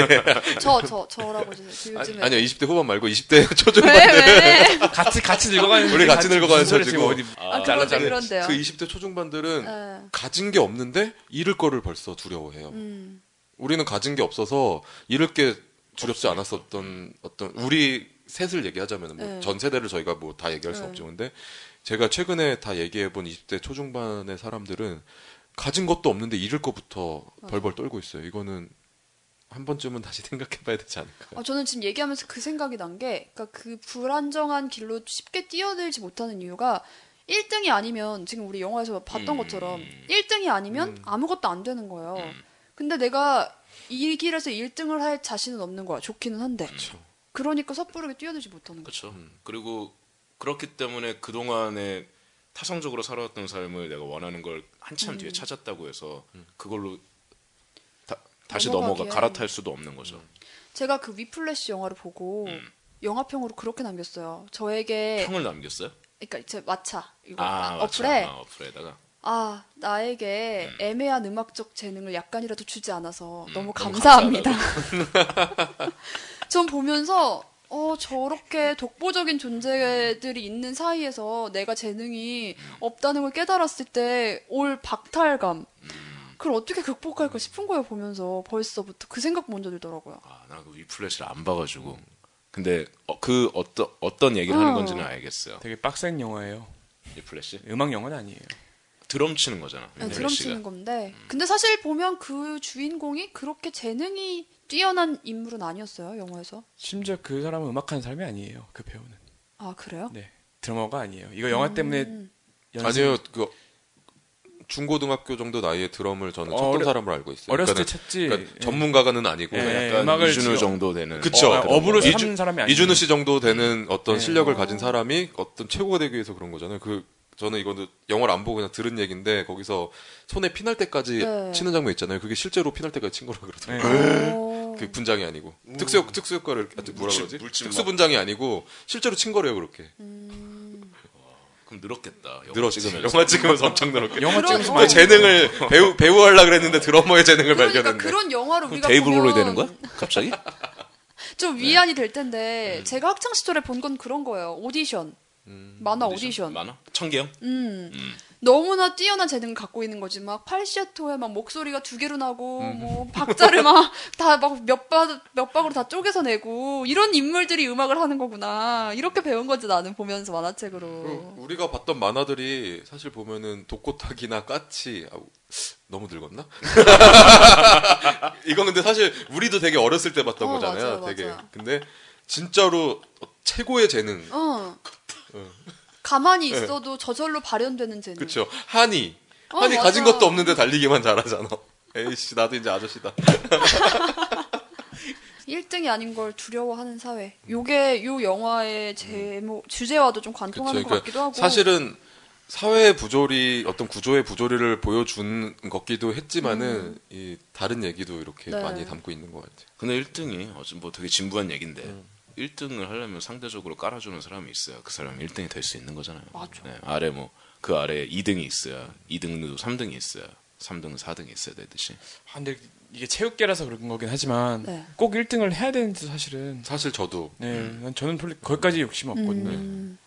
Speaker 1: 저, 저, 저라고 해주세요. 그 요즘에.
Speaker 4: 아니요 20대 후반 말고 20대 초중반
Speaker 1: 왜, 왜?
Speaker 3: 같이 같이 늙어가는
Speaker 4: 우리 같이 늙어가는
Speaker 3: 무슨 소리
Speaker 4: 처지고.
Speaker 3: 어디
Speaker 1: 아, 그런데, 그런데요.
Speaker 4: 그 20대 초중반들은
Speaker 1: 네.
Speaker 4: 가진 게 없는데 잃을 거를 벌써 두려워해요.
Speaker 1: 음,
Speaker 4: 우리는 가진 게 없어서 잃을 게 두렵지 않았었던 어떤 우리 셋을 얘기하자면 뭐
Speaker 1: 네.
Speaker 4: 전 세대를 저희가 뭐 다 얘기할 수
Speaker 1: 네.
Speaker 4: 없죠. 근데 제가 최근에 다 얘기해 본 20대 초중반의 사람들은 가진 것도 없는데 잃을 것부터 벌벌 떨고 있어요. 이거는 한 번쯤은 다시 생각해 봐야 되지 않을까.
Speaker 1: 아, 저는 지금 얘기하면서 그 생각이 난 게, 그러니까 그 불안정한 길로 쉽게 뛰어들지 못하는 이유가 1등이 아니면 지금 우리 영화에서 봤던
Speaker 2: 음.
Speaker 1: 것처럼 1등이 아니면 아무것도 안 되는 거예요. 근데 내가 이 길에서 1등을 할 자신은 없는 거야. 좋기는 한데. 그러니까 섣부르게 뛰어들지 못하는 거죠.
Speaker 2: 그렇죠. 그리고 그렇기 때문에 그 동안에 타성적으로 살아왔던 삶을 내가 원하는 걸 한참
Speaker 1: 음.
Speaker 2: 뒤에 찾았다고 해서
Speaker 4: 음.
Speaker 2: 그걸로 다, 시 넘어가
Speaker 1: 넘어가기엔.
Speaker 2: 갈아탈 수도 없는 거죠.
Speaker 4: 음.
Speaker 1: 제가 그 위플래시 영화를 보고
Speaker 2: 음.
Speaker 1: 영화평으로 그렇게 남겼어요. 저에게
Speaker 2: 평을 남겼어요?
Speaker 1: 그러니까 제 마차 이거
Speaker 2: 아, 맞아.
Speaker 1: 네. 어플에
Speaker 2: 아, 어플에다가
Speaker 1: 아, 나에게 애매한 음악적 재능을 약간이라도 주지 않아서 음. 너무
Speaker 2: 너무
Speaker 1: 감사합니다. 전 보면서 어, 저렇게 독보적인 존재들이 있는 사이에서 내가 재능이 없다는 걸 깨달았을 때 올 박탈감. 그걸 어떻게 극복할까 싶은 거예요, 보면서. 벌써부터 그 생각 먼저 들더라고요.
Speaker 2: 아, 나 그 위플래시를 안 봐가지고. 근데 어, 그 어떤 어떤 얘기를
Speaker 1: 음.
Speaker 2: 하는
Speaker 1: 어.
Speaker 2: 건지는 알겠어요.
Speaker 3: 되게 빡센 영화예요.
Speaker 2: 위플래시
Speaker 3: 음악 영화는 아니에요.
Speaker 2: 드럼 치는 거잖아.
Speaker 1: 그냥 네, 드럼
Speaker 2: 위플래시가.
Speaker 1: 치는 건데. 근데 사실 보면 그 주인공이 그렇게 재능이 뛰어난 인물은 아니었어요, 영화에서.
Speaker 3: 심지어 그 사람은 음악하는 사람이 아니에요. 그 배우는.
Speaker 1: 아, 그래요?
Speaker 3: 네. 드러머가 아니에요. 이거 영화 때문에
Speaker 1: 음.
Speaker 3: 연습...
Speaker 4: 아니요 그 중고등학교 정도 나이에 드럼을 저는 쳤던
Speaker 3: 어려-
Speaker 4: 사람으로 알고 있어요.
Speaker 3: 어렸을 때
Speaker 4: 그러니까는-
Speaker 3: 쳤지.
Speaker 4: 그러니까
Speaker 3: 예.
Speaker 4: 전문가가는 아니고
Speaker 3: 예,
Speaker 4: 약간
Speaker 3: 예, 음악을
Speaker 2: 이준우
Speaker 3: 지어-
Speaker 2: 정도 되는.
Speaker 4: 그쵸.
Speaker 2: 어,
Speaker 3: 어, 업으로
Speaker 4: 이주-
Speaker 3: 사는 사람이 아니에요.
Speaker 4: 이준우 씨 정도 되는 어떤
Speaker 3: 네.
Speaker 4: 실력을 가진 사람이 어떤 최고가 되기 위해서 그런 거잖아요. 그 저는 이거는 영화를 안 보고 그냥 들은 얘기인데 거기서 손에 피날 때까지
Speaker 1: 네.
Speaker 4: 치는 장면 있잖아요. 그게 실제로 피날 때까지 친 거라 그러더라고요.
Speaker 3: 네.
Speaker 1: 오.
Speaker 4: 그 분장이 아니고 특수
Speaker 3: 음.
Speaker 4: 특수 효과를 아, 뭐라
Speaker 2: 물집,
Speaker 4: 그러지?
Speaker 2: 물집
Speaker 4: 특수
Speaker 2: 막-
Speaker 4: 분장이 아니고 실제로 친 거래요 그렇게
Speaker 1: 음.
Speaker 2: 그럼 늘었겠다. 영화
Speaker 4: 늘었지.
Speaker 2: 찍으면서.
Speaker 4: 영화 찍으면서 엄청 늘었게.
Speaker 3: 영화
Speaker 1: 그런-
Speaker 3: 찍으면서
Speaker 1: 어.
Speaker 4: 아, 재능을
Speaker 3: 음.
Speaker 4: 배우 배우 하려 그랬는데 드러머의 재능을
Speaker 1: 그러니까
Speaker 4: 발견했는데.
Speaker 1: 그런 영화를
Speaker 2: 그럼
Speaker 1: 우리가
Speaker 2: 데이브로이
Speaker 1: 보면
Speaker 2: 되는 거야? 갑자기?
Speaker 1: 좀 위안이 될 텐데 제가 학창 시절에 본 건 그런 거예요. 오디션. 만화 오디션.
Speaker 2: 만화? 청계형?
Speaker 1: 음. 너무나 뛰어난 재능을 갖고 있는 거지. 막 팔시토에 막 목소리가 두 개로 나고 뭐 박자를 막 다 막몇박몇 박으로 다 쪼개서 내고 이런 인물들이 음악을 하는 거구나. 이렇게 배운 거지 나는 보면서
Speaker 4: 그리고
Speaker 1: 만화책으로.
Speaker 4: 우리가 봤던 만화들이 사실 보면은 독고타기나 까치 아우, 너무 늙었나? 이건 근데 사실 우리도 되게 어렸을 때 봤던
Speaker 1: 어,
Speaker 4: 거잖아요.
Speaker 1: 맞아요,
Speaker 4: 되게
Speaker 1: 맞아요.
Speaker 4: 근데 진짜로 최고의 재능
Speaker 1: 어. 가만히 있어도 저절로 발현되는 재능.
Speaker 4: 그쵸 한이
Speaker 1: 어,
Speaker 4: 한이 가진
Speaker 1: 맞아.
Speaker 4: 것도 없는데 달리기만 잘하잖아. 에이씨 나도 이제 아저씨다.
Speaker 1: 1등이 아닌 걸 두려워하는 사회. 요게 요 영화의 제목 주제와도 좀
Speaker 4: 그쵸
Speaker 1: 관통하는 것
Speaker 4: 그러니까
Speaker 1: 같기도 하고.
Speaker 4: 사실은 사회의 부조리 어떤 구조의 부조리를 보여준 것기도 했지만은 이 다른 얘기도 이렇게
Speaker 1: 음. 네.
Speaker 4: 많이 담고 있는 것 같아요.
Speaker 2: 근데 1등이 어쨌든 뭐 되게 진부한 얘기인데
Speaker 3: 음.
Speaker 2: 1등을 하려면 상대적으로 깔아주는 사람이 있어야 그 사람이 1등이 될 수 있는 거잖아요.
Speaker 1: 맞아.
Speaker 2: 네, 아래 뭐 그 아래에 2등이 있어야 2등도 3등이 있어야 3등, 4등이 있어야 되듯이.
Speaker 3: 아, 근데 이게 체육계라서 그런 거긴 하지만
Speaker 1: 네.
Speaker 3: 꼭 1등을 해야 되는데 사실은
Speaker 4: 사실 저도
Speaker 3: 네, 난 저는 별로 거기까지 욕심 없거든요.
Speaker 1: 음,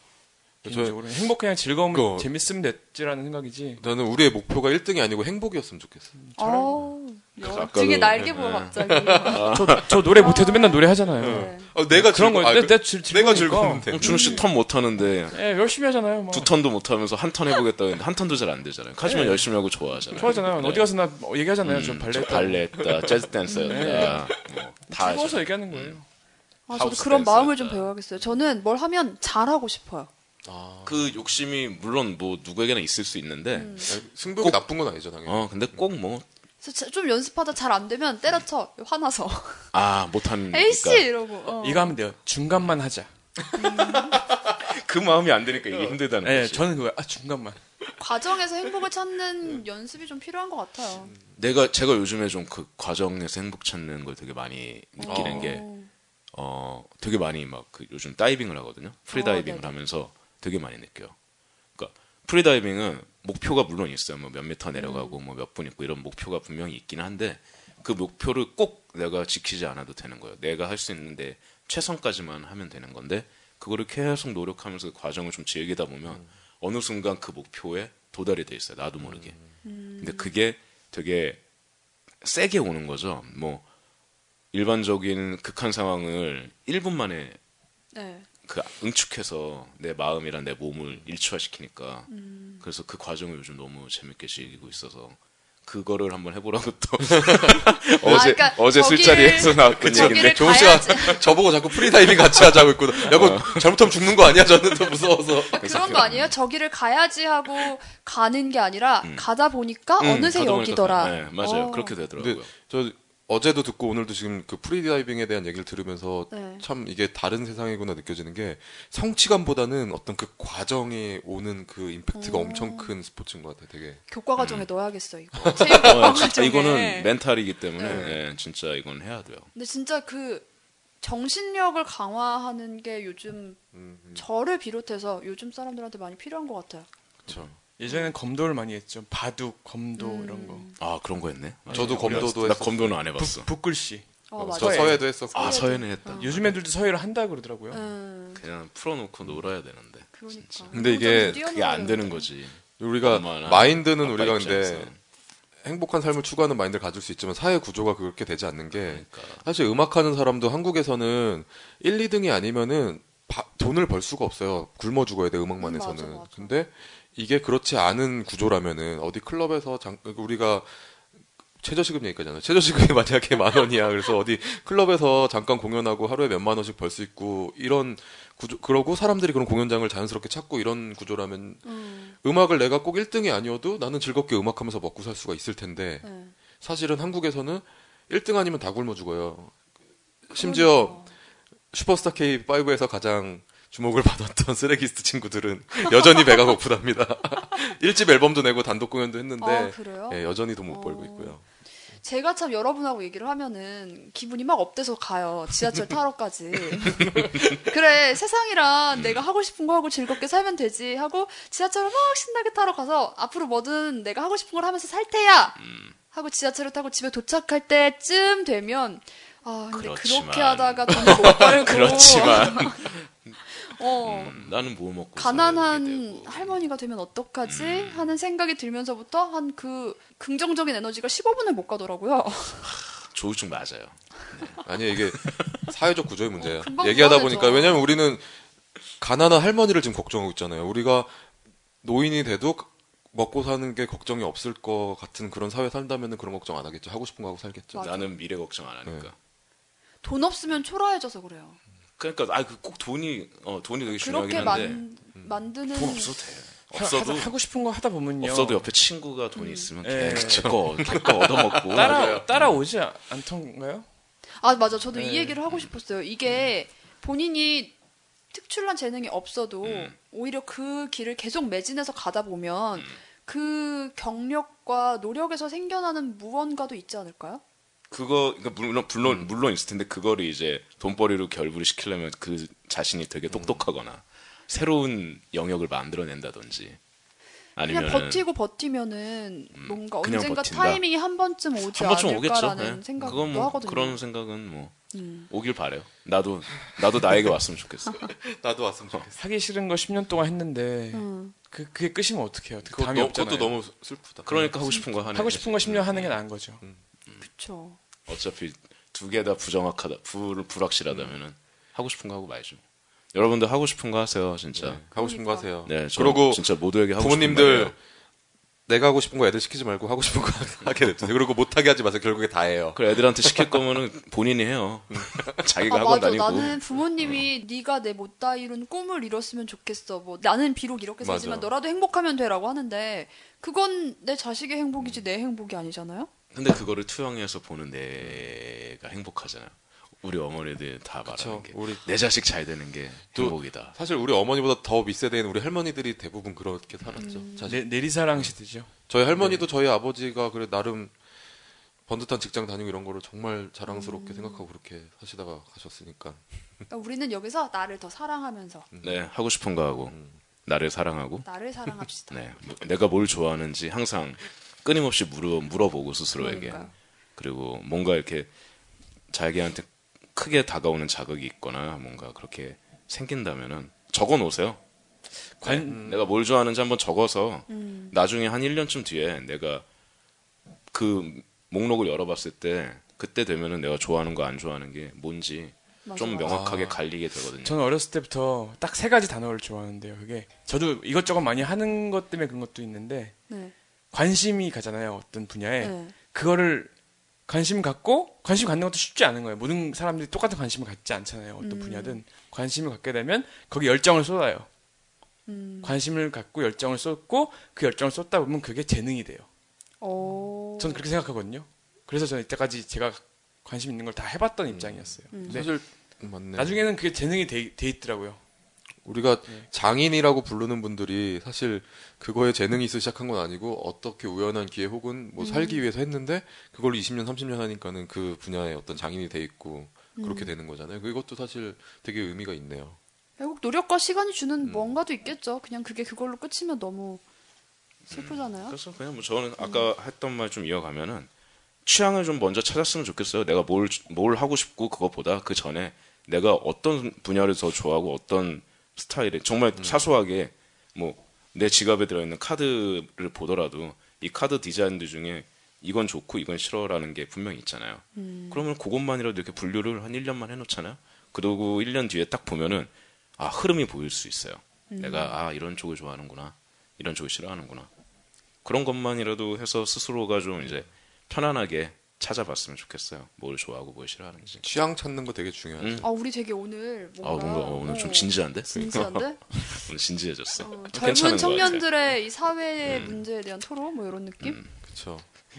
Speaker 3: 개인적으로 행복 그냥 즐거움
Speaker 4: 그거-
Speaker 3: 재밌으면 됐지라는 생각이지.
Speaker 4: 나는 우리의 목표가 1등이 아니고 행복이었으면 좋겠어.
Speaker 1: 어우, 아, 여-
Speaker 2: 그 아까도-
Speaker 1: 등에 날개 보여
Speaker 2: 네.
Speaker 1: 갑자기. 아,
Speaker 4: 아.
Speaker 3: 저, 저 노래 못해도 맨날 노래 하잖아요.
Speaker 1: 네.
Speaker 4: 어, 내가
Speaker 3: 그런 거
Speaker 4: 즐거- 아,
Speaker 3: 내,
Speaker 4: 그-
Speaker 3: 가 즐, 즐거우니까.
Speaker 4: 내가 즐거운데.
Speaker 2: 준우 씨 턴 못 하는데
Speaker 3: 예, 열심히 하잖아요. 막.
Speaker 2: 두 턴도 못 하면서 한 턴 해보겠다 했는데 한 턴도 잘 안 되잖아요. 하지만
Speaker 3: 네.
Speaker 2: 열심히 하고 좋아하잖아요. 음,
Speaker 3: 좋아하잖아요. 어디 가서 나 뭐 얘기하잖아요. 저
Speaker 2: 네.
Speaker 3: 발레 네.
Speaker 2: 저 발레 아, 했다, 재즈 댄서였다, 뭐다
Speaker 3: 즐거워서 얘기하는 거예요.
Speaker 1: 아, 저도
Speaker 2: 하우스 예.
Speaker 1: 그런 마음을 좀
Speaker 2: 댄스였다.
Speaker 1: 배워야겠어요. 저는 뭘 하면 잘하고 싶어요.
Speaker 2: 그 욕심이 물론 뭐 누구에게나 있을 수 있는데
Speaker 1: 음.
Speaker 4: 승부욕이 나쁜 건 아니죠, 당연히.
Speaker 2: 어 근데 꼭 뭐 아
Speaker 1: 그래서 자- 좀 연습하다 잘 안 되면 때려쳐 화나서
Speaker 2: 아, 못한
Speaker 1: 에이씨
Speaker 2: 음, 그러니까
Speaker 1: 이러고. 어.
Speaker 3: 이거 하면 돼요. 중간만 하자.
Speaker 2: 그 마음이 안 되니까
Speaker 1: 어.
Speaker 2: 이게 힘들다는
Speaker 3: 예,
Speaker 2: 거지.
Speaker 3: 저는 그거 아 중간만.
Speaker 1: 과정에서 행복을
Speaker 2: 음.
Speaker 1: 찾는 연습이 좀 필요한 것 같아요.
Speaker 2: 내가 제가 요즘에 좀 그 과정에서 행복 찾는 걸 되게 많이 느끼는 게
Speaker 1: 어.
Speaker 2: 어, 되게 많이 막 그 요즘 다이빙을 하거든요. 프리다이빙을
Speaker 1: 어, 네네.
Speaker 2: 하면서 되게 많이 느껴. 그러니까 프리다이빙은 목표가 물론 있어요. 뭐 몇 미터 내려가고
Speaker 1: 음.
Speaker 2: 뭐 몇 분 있고 이런 목표가 분명히 있긴 한데 그 목표를 꼭 내가 지키지 않아도 되는 거예요. 내가 할 수 있는데 최선까지만 하면 되는 건데 그거를 계속 노력하면서 그 과정을 좀 즐기다 보면
Speaker 1: 음.
Speaker 2: 어느 순간 그 목표에 도달이 돼 있어요. 나도 모르게.
Speaker 1: 음.
Speaker 2: 근데 그게 되게 세게 오는 거죠. 뭐 일반적인 극한 상황을 1분 만에
Speaker 1: 네.
Speaker 2: 그 응축해서 내 마음이랑
Speaker 1: 음.
Speaker 2: 내 몸을 일치화시키니까 그래서 그 과정을 요즘 너무 재밌게 즐기고 있어서 그거를 한번 해보라고 또
Speaker 1: 아,
Speaker 2: 어제
Speaker 1: 그러니까
Speaker 2: 어제
Speaker 1: 거기를-
Speaker 2: 술자리에서 네. 나왔던
Speaker 1: 거기를
Speaker 2: 얘기인데
Speaker 4: 종훈 씨가
Speaker 1: 가야지.
Speaker 4: 저보고 자꾸 프리다이빙 같이 하자고 했고, 야, 그거
Speaker 2: 어.
Speaker 4: 잘못하면 죽는 거 아니야? 저는 또 무서워서.
Speaker 1: 그런 거 아니에요? 저기를 가야지 하고 가는 게 아니라 가다 보니까
Speaker 2: 음,
Speaker 1: 어느새
Speaker 2: 가동을
Speaker 1: 여기더라.
Speaker 2: 또- 네, 맞아요.
Speaker 1: 어.
Speaker 2: 그렇게
Speaker 4: 근데
Speaker 2: 되더라고요.
Speaker 4: 저 어제도 듣고 오늘도 지금 그 프리다이빙에 대한 얘기를 들으면서
Speaker 1: 네.
Speaker 4: 참 이게 다른 세상이구나 느껴지는 게 성취감보다는 어떤 그 과정에 오는 그 임팩트가
Speaker 1: 음.
Speaker 4: 엄청 큰 스포츠인 것 같아요, 되게.
Speaker 1: 교과 과정에 넣어야겠어 이거.
Speaker 2: 음. 어,
Speaker 1: 체육과
Speaker 2: 진짜
Speaker 1: 과정에.
Speaker 2: 이거는 네. 멘탈이기 때문에
Speaker 1: 네.
Speaker 2: 예, 진짜 이건 해야 돼요.
Speaker 1: 근데 진짜 그 정신력을 강화하는 게 요즘 저를 비롯해서 요즘 사람들한테 많이 필요한 것 같아요.
Speaker 4: 그렇죠.
Speaker 3: 예전엔 검도를 많이 했죠. 바둑, 검도 이런 거.
Speaker 2: 아 그런 거 했네. 맞아요.
Speaker 4: 저도 검도도
Speaker 2: 우리 나
Speaker 4: 했었어요.
Speaker 2: 검도는 안 해봤어.
Speaker 3: 북글씨.
Speaker 1: 어, 맞아요.
Speaker 4: 저 서예도 했었고.
Speaker 2: 아 서연이 했다.
Speaker 3: 요즘 애들도 서예를 한다 그러더라고요.
Speaker 1: 음,
Speaker 2: 그냥 풀어놓고 놀아야 되는데
Speaker 1: 그러니까.
Speaker 4: 근데 이게
Speaker 1: 점점
Speaker 2: 그게 안
Speaker 1: 뛰어놀아요.
Speaker 2: 되는 거지.
Speaker 4: 우리가
Speaker 2: 얼마나
Speaker 4: 그러니까 마인드는
Speaker 2: 아빠
Speaker 4: 우리가 근데
Speaker 2: 입장에서.
Speaker 4: 행복한 삶을 추구하는 마인드를 가질 수 있지만 사회 구조가 그렇게 되지 않는 게
Speaker 2: 그러니까.
Speaker 4: 사실 음악하는 사람도 한국에서는 1, 2등이 아니면은 바- 돈을 벌 수가 없어요. 굶어 죽어야 돼 음악만
Speaker 1: 음, 맞아,
Speaker 4: 해서는.
Speaker 1: 맞아.
Speaker 4: 근데 이게 그렇지 않은 구조라면은 어디 클럽에서 장- 우리가 최저시급 얘기까지잖아요. 최저시급이 만약에 만 원이야. 그래서 어디 클럽에서 잠깐 공연하고 하루에 몇만 원씩 벌 수 있고 이런 구조 그러고 사람들이 그런 공연장을 자연스럽게 찾고 이런 구조라면
Speaker 1: 음,
Speaker 4: 음악을 내가 꼭 1등이 아니어도 나는 즐겁게 음악하면서 먹고 살 수가 있을 텐데
Speaker 1: 네.
Speaker 4: 사실은 한국에서는 1등 아니면 다 굶어 죽어요.
Speaker 1: 그렇죠.
Speaker 4: 심지어 슈퍼스타 K5에서 가장 주목을 받았던 쓰레기스트 친구들은 여전히 배가 고프답니다. 1집 앨범도 내고 단독 공연도 했는데
Speaker 1: 아, 그래요?
Speaker 4: 예, 여전히 돈 못
Speaker 1: 어.
Speaker 4: 벌고 있고요.
Speaker 1: 제가 참 여러분하고 얘기를 하면은 기분이 막 업돼서 가요. 지하철 타러까지. 그래, 세상이란
Speaker 2: 음.
Speaker 1: 내가 하고 싶은 거 하고 즐겁게 살면 되지 하고 지하철을 막 신나게 타러 가서 앞으로 뭐든 내가 하고 싶은 걸 하면서 살 테야!
Speaker 2: 음.
Speaker 1: 하고 지하철을 타고 집에 도착할 때쯤 되면 아, 근데 그렇
Speaker 2: 그렇지만.
Speaker 1: 게 하다가 돈을 못 벌고.
Speaker 2: 그렇지만
Speaker 1: 어.
Speaker 2: 음, 나는 뭐 먹고 살아야
Speaker 1: 가난한
Speaker 2: 되고. 음.
Speaker 1: 할머니가 되면 어떡하지? 하는 생각이 들면서부터 한 그 긍정적인 에너지가 15분을 못 가더라고요.
Speaker 2: 조우증 맞아요.
Speaker 4: 아니 이게 사회적 구조의 문제야.
Speaker 1: 금방
Speaker 4: 얘기하다
Speaker 1: 풀어야 되죠.
Speaker 4: 보니까 왜냐면 우리는 가난한 할머니를 지금 걱정하고 있잖아요. 우리가 노인이 돼도 먹고 사는 게 걱정이 없을 것 같은 그런 사회 산다면은 그런 걱정 안 하겠죠. 하고 싶은 거 하고 살겠죠.
Speaker 1: 맞아.
Speaker 2: 나는 미래 걱정 안 하니까.
Speaker 4: 네.
Speaker 1: 돈 없으면 초라해져서 그래요.
Speaker 2: 그러니까 아그꼭 돈이 어 돈이 되게 중요하긴
Speaker 1: 그렇게
Speaker 2: 한데 음.
Speaker 1: 만, 만드는
Speaker 2: 돈 없어도 돼.
Speaker 3: 하-
Speaker 2: 없어도
Speaker 3: 하고 싶은 거 하다 보면요.
Speaker 2: 없어도 옆에 친구가 돈이
Speaker 1: 음.
Speaker 2: 있으면
Speaker 3: 예.
Speaker 2: 걔거 걔거 얻어먹고
Speaker 3: 따라 따라오지 않- 않던가요?
Speaker 1: 아 맞아 저도 이
Speaker 3: 네.
Speaker 1: 얘기를
Speaker 2: 음.
Speaker 1: 하고 싶었어요. 이게 본인이 특출난 재능이 없어도
Speaker 2: 음.
Speaker 1: 오히려 그 길을 계속 매진해서 가다 보면 그 경력과 노력에서 생겨나는 무언가도 있지 않을까요?
Speaker 2: 그거 그러니까 물론 물론 물론 있을 텐데 그거를 이제 돈벌이로 결부를 시키려면 그 자신이 되게 똑똑하거나 새로운 영역을 만들어낸다든지
Speaker 1: 그냥
Speaker 2: 아니면
Speaker 1: 버티고 버티면은 뭔가
Speaker 2: 음. 그냥
Speaker 1: 언젠가
Speaker 2: 버틴다.
Speaker 1: 타이밍이 한 번쯤 오지
Speaker 2: 한 번쯤 오겠죠.
Speaker 1: 않을까라는
Speaker 2: 예.
Speaker 1: 생각도
Speaker 2: 그건 뭐
Speaker 1: 하거든요.
Speaker 2: 그런 생각은 뭐
Speaker 1: 음.
Speaker 2: 오길 바래요. 나도 나도 나에게 왔으면 좋겠어.
Speaker 4: 나도 왔으면 좋겠어.
Speaker 3: 사기 싫은 거 10년 동안 했는데
Speaker 1: 음.
Speaker 3: 그 그게 끝이면 어떡해요? 그
Speaker 4: 그것도,
Speaker 3: 감이
Speaker 4: 너-
Speaker 3: 없잖아요.
Speaker 4: 그것도 너무 슬프다.
Speaker 2: 그러니까 하고 싶은 거 하는
Speaker 3: 하고 싶은 거 10년 하는 게 나은 거죠.
Speaker 1: 그쵸.
Speaker 2: 어차피 두 개 다 부정확하다, 불 불확실하다면은 하고 싶은 거 하고 말죠. 여러분들 하고 싶은 거 하세요, 진짜.
Speaker 4: 하고 음, 싶은 거 하세요.
Speaker 2: 네, 저
Speaker 4: 그리고
Speaker 2: 진짜 모두에게 하고 싶은 거
Speaker 4: 부모님들
Speaker 2: 해요.
Speaker 4: 내가 하고 싶은 거 애들 시키지 말고 하고 싶은 거 하게 냅두세요. 그리고 못하게 하지 마세요. 결국에 다 해요.
Speaker 2: 그 애들한테 시킬 거면은 본인이 해요. 자기가
Speaker 1: 아
Speaker 2: 학원
Speaker 1: 맞아
Speaker 2: 다니고.
Speaker 1: 나는 부모님이 네가 내 못 다 이룬 꿈을 이뤘으면 좋겠어 뭐 나는 비록 이렇게
Speaker 4: 맞아.
Speaker 1: 살지만 너라도 행복하면 돼라고 하는데 그건 내 자식의 행복이지 내 행복이 아니잖아요
Speaker 2: 근데 그거를 투영해서 보는 내가 행복하잖아요. 우리 어머니들 다
Speaker 4: 그쵸.
Speaker 2: 말하는 게.
Speaker 4: 우리-
Speaker 2: 내 자식 잘 되는 게
Speaker 4: 또-
Speaker 2: 행복이다.
Speaker 4: 사실 우리 어머니보다 더 밑세대인 우리 할머니들이 대부분 그렇게 살았죠. 사실
Speaker 3: 내, 내리사랑 시대죠.
Speaker 4: 저희
Speaker 2: 네.
Speaker 4: 할머니도 저희 아버지가 그래 나름 번듯한 직장 다니고 이런 거를 정말
Speaker 2: 음.
Speaker 4: 자랑스럽게 생각하고 그렇게 사시다가 가셨으니까
Speaker 1: 그러니까 우리는 여기서 나를 더 사랑하면서
Speaker 2: 네, 하고 싶은 거 하고
Speaker 4: 음.
Speaker 2: 나를 사랑하고
Speaker 1: 나를 사랑합시다
Speaker 2: 네, 뭐- 내가 뭘 좋아하는지 항상 끊임없이 물어, 물어보고 스스로에게
Speaker 1: 그러니까요.
Speaker 2: 그리고 뭔가 이렇게 자기한테 크게 다가오는 자극이 있거나 뭔가 그렇게 생긴다면은 적어 놓으세요.
Speaker 3: 관-
Speaker 2: 내가 뭘 좋아하는지 한번 적어서
Speaker 1: 네. 음.
Speaker 2: 나중에 한 1년쯤 뒤에 내가 그 목록을 열어봤을 때 그때 되면은 내가 좋아하는 거 안 좋아하는 게 뭔지
Speaker 1: 맞아,
Speaker 2: 좀
Speaker 1: 맞아.
Speaker 2: 명확하게 갈리게 되거든요.
Speaker 3: 저는 어렸을 때부터 딱 세 가지 단어를 좋아하는데요. 그게 저도 이것저것 많이 하는 것 때문에 그런 것도 있는데
Speaker 1: 네.
Speaker 3: 관심이 가잖아요. 어떤 분야에.
Speaker 1: 네.
Speaker 3: 그거를 관심 갖고 관심 갖는 것도 쉽지 않은 거예요. 모든 사람들이 똑같은 관심을 갖지 않잖아요.
Speaker 1: 음.
Speaker 3: 어떤 분야든 관심을 갖게 되면 거기 열정을 쏟아요.
Speaker 1: 음.
Speaker 3: 관심을 갖고 열정을 쏟고 그 열정을 쏟다 보면 그게 재능이 돼요.
Speaker 1: 오.
Speaker 3: 저는 그렇게 생각하거든요. 그래서 저는 이때까지 제가 관심 있는 걸 다 해봤던 입장이었어요.
Speaker 2: 음.
Speaker 3: 근데
Speaker 4: 사실 맞네.
Speaker 3: 네. 나중에는 네. 그게 재능이 돼, 돼 있더라고요.
Speaker 4: 우리가 장인이라고 부르는 분들이 사실 그거에 재능이 있어 시작한 건 아니고 어떻게 우연한 기회 혹은
Speaker 2: 음.
Speaker 4: 뭐 살기 위해서 했는데 그걸로 20년 30년 하니까는 그 분야에 어떤 장인이 돼 있고
Speaker 2: 음.
Speaker 4: 그렇게 되는 거잖아요. 그것도 사실 되게 의미가 있네요.
Speaker 1: 결국 노력과 시간이
Speaker 2: 음.
Speaker 1: 주는 뭔가도 있겠죠. 그냥 그게 그걸로 끝이면 너무 슬프잖아요.
Speaker 2: 그래서 그냥 뭐 저는 아까 했던 말 좀 이어가면은 취향을 좀 먼저 찾았으면 좋겠어요. 내가 뭘 뭘 하고 싶고 그것보다 그 전에 내가 어떤 분야를 더 좋아하고 어떤 스타일에 정말 사소하게 뭐 내 지갑에 들어있는 카드를 보더라도 이 카드 디자인들 중에 이건 좋고 이건 싫어라는 게 분명히 있잖아요. 그러면 그것만이라도 이렇게 분류를 한 1년만 해놓잖아요. 그러고 1년 뒤에 딱 보면은 아 흐름이 보일 수 있어요. 내가 아 이런 쪽을 좋아하는구나, 이런 쪽을 싫어하는구나. 그런 것만이라도 해서 스스로가 좀 이제 편안하게 찾아봤으면 좋겠어요. 뭘 좋아하고 뭘 싫어하는지.
Speaker 4: 취향 찾는 거 되게 중요하죠.
Speaker 2: 음.
Speaker 1: 아 우리 되게 오늘
Speaker 2: 아
Speaker 1: 뭔가,
Speaker 2: 뭔가 오늘 좀
Speaker 1: 어,
Speaker 2: 진지한데?
Speaker 1: 진지한데
Speaker 2: 오늘 진지해졌어.
Speaker 1: 어, 젊은
Speaker 2: 괜찮은 것 네. 같아.
Speaker 1: 청년들의 이 사회 문제에 대한 토론 뭐 이런 느낌.
Speaker 2: 음.
Speaker 4: 그렇죠.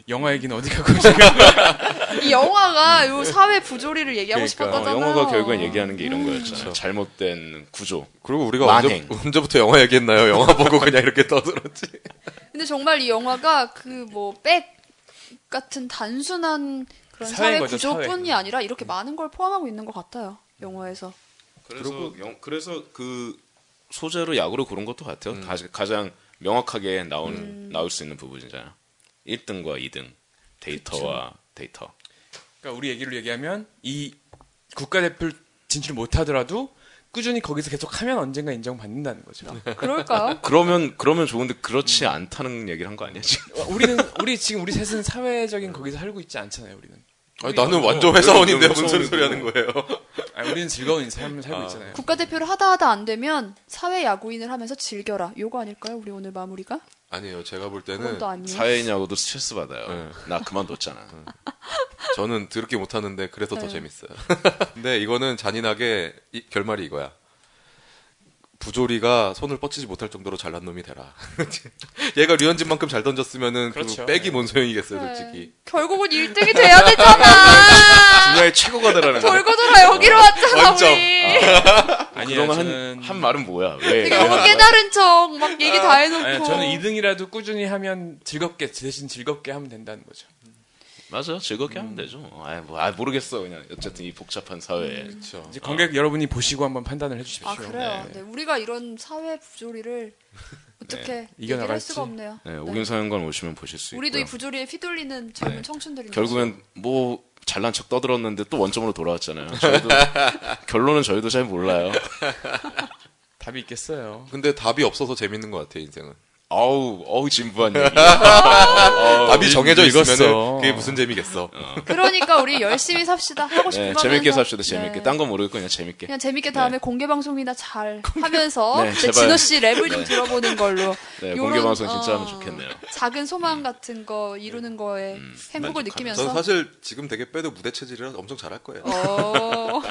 Speaker 3: 영화 얘기는 어디 가고 제가
Speaker 1: 이 영화가 요 사회 부조리를 얘기하고
Speaker 2: 어,
Speaker 1: 싶었거든요.
Speaker 2: 영화가 결국엔 얘기하는 게
Speaker 1: 음.
Speaker 2: 이런 거였잖아요. 잘못된 구조.
Speaker 4: 그렇죠. 그리고 우리가
Speaker 2: 만행.
Speaker 4: 언제, 언제부터 영화 얘기했나요? 영화 보고 그냥 이렇게 떠들었지.
Speaker 1: 근데 정말 이 영화가 그 뭐 백 같은 단순한 그런 사회
Speaker 3: 사회인 거죠,
Speaker 1: 구조뿐이
Speaker 3: 사회.
Speaker 1: 아니라 이렇게 많은 걸 포함하고 있는 것 같아요. 영화에서.
Speaker 2: 그래서 영- 그래서 그 소재로 야구를 고른 것도
Speaker 4: 음.
Speaker 2: 같아요. 가, 가장 명확하게 나오는
Speaker 1: 음.
Speaker 2: 나올 수 있는 부분이잖아요. 1등과 2등 데이터와 데이터.
Speaker 3: 그러니까 우리 얘기로 얘기하면 이 국가대표 진출 못하더라도 꾸준히 거기서 계속 하면 언젠가 인정받는다는 거죠.
Speaker 1: 그럴까요?
Speaker 2: 그러면 그러면 좋은데
Speaker 1: 음.
Speaker 2: 그렇지 않다는 얘기를 한 거 아니야 지금?
Speaker 3: 우리는 우리 지금 우리 셋은 사회적인 거기서 살고 있지 않잖아요. 우리는
Speaker 4: 아니, 나는 완전 어, 회사원인데 무슨 소리 하는 거예요?
Speaker 3: 아, 우리는 즐거운 삶을 살고 있잖아요.
Speaker 1: 국가대표를 하다 하다 안 되면 사회 야구인을 하면서 즐겨라. 요거 아닐까요? 우리 오늘 마무리가?
Speaker 4: 아니에요. 제가 볼 때는
Speaker 1: 그건 또 아니에요.
Speaker 2: 사회인하고도 스트레스 받아요.
Speaker 4: 네.
Speaker 2: 나 그만뒀잖아.
Speaker 1: 음.
Speaker 4: 저는 드럽게 못하는데 그래서
Speaker 1: 네.
Speaker 4: 더 재밌어요. 근데 이거는 잔인하게 이- 결말이 이거야. 부조리가 손을 뻗치지 못할 정도로 잘난 놈이 되라. 얘가 류현진만큼 잘 던졌으면은 그
Speaker 3: 그렇죠.
Speaker 4: 백이
Speaker 3: 네.
Speaker 4: 뭔 소용이겠어요,
Speaker 1: 네.
Speaker 4: 솔직히.
Speaker 1: 결국은 1등이 돼야 되잖아.
Speaker 2: 분야의 최고가 되라는 거.
Speaker 1: 돌고 돌아 여기로 왔잖아
Speaker 4: 원점.
Speaker 1: 우리.
Speaker 3: 아니요,
Speaker 2: 그동안
Speaker 3: 저는-
Speaker 2: 한, 한 말은 뭐야? 왜?
Speaker 1: 되게 너무 깨달은 척 막 얘기 다 해놓고.
Speaker 3: 아니, 예, 저는 2등이라도 꾸준히 하면 즐겁게 대신 즐겁게 하면 된다는 거죠.
Speaker 2: 맞아 즐겁게
Speaker 1: 음.
Speaker 2: 하면 되죠. 아, 뭐, 아 모르겠어 그냥 어쨌든 이 복잡한
Speaker 1: 음.
Speaker 2: 사회에
Speaker 4: 그렇죠.
Speaker 3: 이제 관객 여러분이 보시고 한번 판단을 해주십시오.
Speaker 2: 그렇죠.
Speaker 1: 아 그래요. 네. 우리가 이런 사회 부조리를 어떻게 얘기를 할
Speaker 3: 이겨나갈지.
Speaker 1: 수가 없네요.
Speaker 2: 네, 오균사연관 오시면 보실 수
Speaker 1: 우리도 이
Speaker 2: 있고요. 네.
Speaker 1: 부조리에 휘둘리는 젊은 청춘들이
Speaker 2: 결국엔 뭐 잘난 척 떠들었는데 또 원점으로 돌아왔잖아요. 저희도 결론은 저희도 잘 몰라요.
Speaker 3: 답이 있겠어요.
Speaker 4: 근데 답이 없어서 재밌는 것 같아, 인생은.
Speaker 2: 아우 어우 진부한 얘기.
Speaker 4: 답이 정해져
Speaker 2: 읽었어.
Speaker 4: 있으면은 그게 무슨 재미겠어.
Speaker 1: 그러니까 우리 열심히 삽시다. 하고 싶은
Speaker 2: 네,
Speaker 1: 거
Speaker 2: 재밌게
Speaker 1: 하면서.
Speaker 2: 삽시다 재밌게.
Speaker 1: 네.
Speaker 2: 딴 거 모르겠고 그냥 재밌게.
Speaker 1: 그냥 재밌게 다음에 공개 방송이나 잘 하면서
Speaker 2: 네,
Speaker 1: 이제
Speaker 2: 제발.
Speaker 1: 진호 씨 랩을 좀 들어보는 걸로.
Speaker 2: 네,
Speaker 1: 요런,
Speaker 2: 공개 방송 진짜
Speaker 1: 어,
Speaker 2: 하면 좋겠네요. 음.
Speaker 1: 작은 소망 같은 거 이루는 거에 행복을
Speaker 2: 만족하면서.
Speaker 1: 느끼면서.
Speaker 4: 저는 사실 지금 되게 빼도 무대 체질이라 엄청 잘할 거예요.
Speaker 1: 어,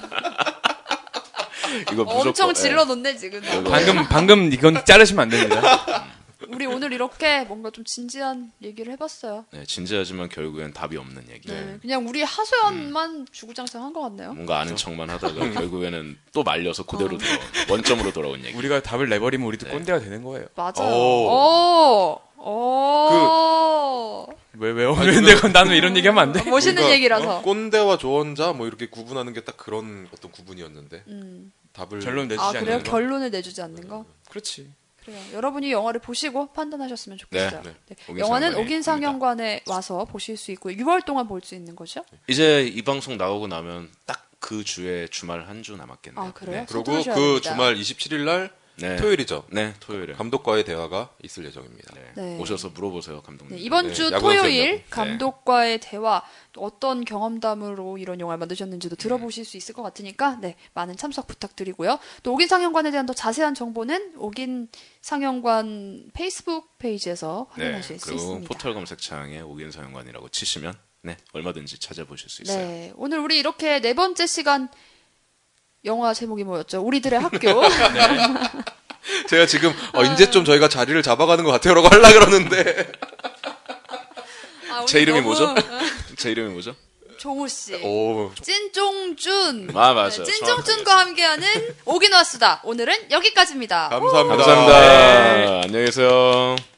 Speaker 2: 이거 무조건
Speaker 1: 엄청
Speaker 2: 예.
Speaker 1: 질러 놓네 지금.
Speaker 3: 방금 방금 이건 자르시면 안 됩니다.
Speaker 2: 네.
Speaker 1: 우리 오늘 이렇게 뭔가 좀 진지한 얘기를 해봤어요.
Speaker 2: 네, 진지하지만 결국엔 답이 없는 얘기.
Speaker 1: 네, 그냥 우리 하소연만 주구장창한 것 같네요.
Speaker 2: 뭔가 아는 척만 하다가 결국에는 또 말려서
Speaker 1: 어.
Speaker 2: 그대로 돌아 원점으로 돌아온 얘기.
Speaker 3: 우리가 답을 내버리면 우리도 꼰대가 되는 거예요.
Speaker 1: 맞아요. 오,
Speaker 4: 오.
Speaker 1: 오,
Speaker 3: 왜 왜 오는데 아, 그건 나는 이런 얘기하면 안 돼.
Speaker 1: 아, 멋있는
Speaker 4: 뭔가,
Speaker 1: 얘기라서.
Speaker 4: 어? 꼰대와 조언자 뭐 이렇게 구분하는 게 딱 그런 어떤 구분이었는데
Speaker 1: 음.
Speaker 4: 답을
Speaker 3: 결론 내주지
Speaker 1: 아 그래요?
Speaker 3: 않는 거.
Speaker 1: 결론을 내주지 않는 거.
Speaker 3: 그렇지.
Speaker 1: 그래요. 여러분이 영화를 보시고 판단하셨으면 좋겠어요.
Speaker 2: 네,
Speaker 1: 네.
Speaker 2: 오긴
Speaker 1: 영화는
Speaker 2: 상영관에
Speaker 1: 옥인상영관에 와서 보실 수 있고 6월 동안 볼 수 있는 거죠?
Speaker 2: 이제 이 방송 나오고 나면 딱 그 주에 주말 한 주 남았겠네요.
Speaker 1: 아 그래요?
Speaker 2: 네.
Speaker 4: 그리고
Speaker 1: 서두르셔야
Speaker 4: 그
Speaker 1: 됩니다.
Speaker 4: 주말 27일 날
Speaker 2: 네.
Speaker 4: 토요일이죠.
Speaker 2: 네, 토요일에.
Speaker 4: 감독과의 대화가 있을 예정입니다.
Speaker 1: 네.
Speaker 2: 오셔서 물어보세요, 감독님.
Speaker 1: 네, 이번
Speaker 4: 네,
Speaker 1: 주
Speaker 4: 야구 선수였냐고.
Speaker 1: 토요일
Speaker 4: 네.
Speaker 1: 감독과의 대화 어떤 경험담으로 이런 영화를 만드셨는지도
Speaker 2: 네.
Speaker 1: 들어보실 수 있을 것 같으니까 네, 많은 참석 부탁드리고요. 또 오긴 상영관에 대한 더 자세한 정보는 오긴 상영관 페이스북 페이지에서
Speaker 2: 네,
Speaker 1: 확인하실 수
Speaker 2: 그리고
Speaker 1: 있습니다.
Speaker 2: 포털 검색창에 오긴사연관이라고 치시면 네, 얼마든지 찾아보실 수 있어요.
Speaker 1: 네, 오늘 우리 이렇게 네 번째 시간 영화 제목이 뭐였죠? 우리들의 학교. 아,
Speaker 4: 제가 지금 어, 이제좀 저희가 자리를 잡아가는 것 같아요라고 하려 그러는데
Speaker 1: 아, 오늘
Speaker 2: 제 이름이
Speaker 1: 너무-
Speaker 2: 뭐죠? 제 이름이 뭐죠?
Speaker 1: 종우 씨.
Speaker 4: 오
Speaker 1: 찐종준.
Speaker 2: 아, 맞아요.
Speaker 1: 찐종준과 함께하는 오긴 왔수다. 오늘은 여기까지입니다.
Speaker 4: 감사합니다. 네.
Speaker 2: 감사합니다. 안녕히 계세요.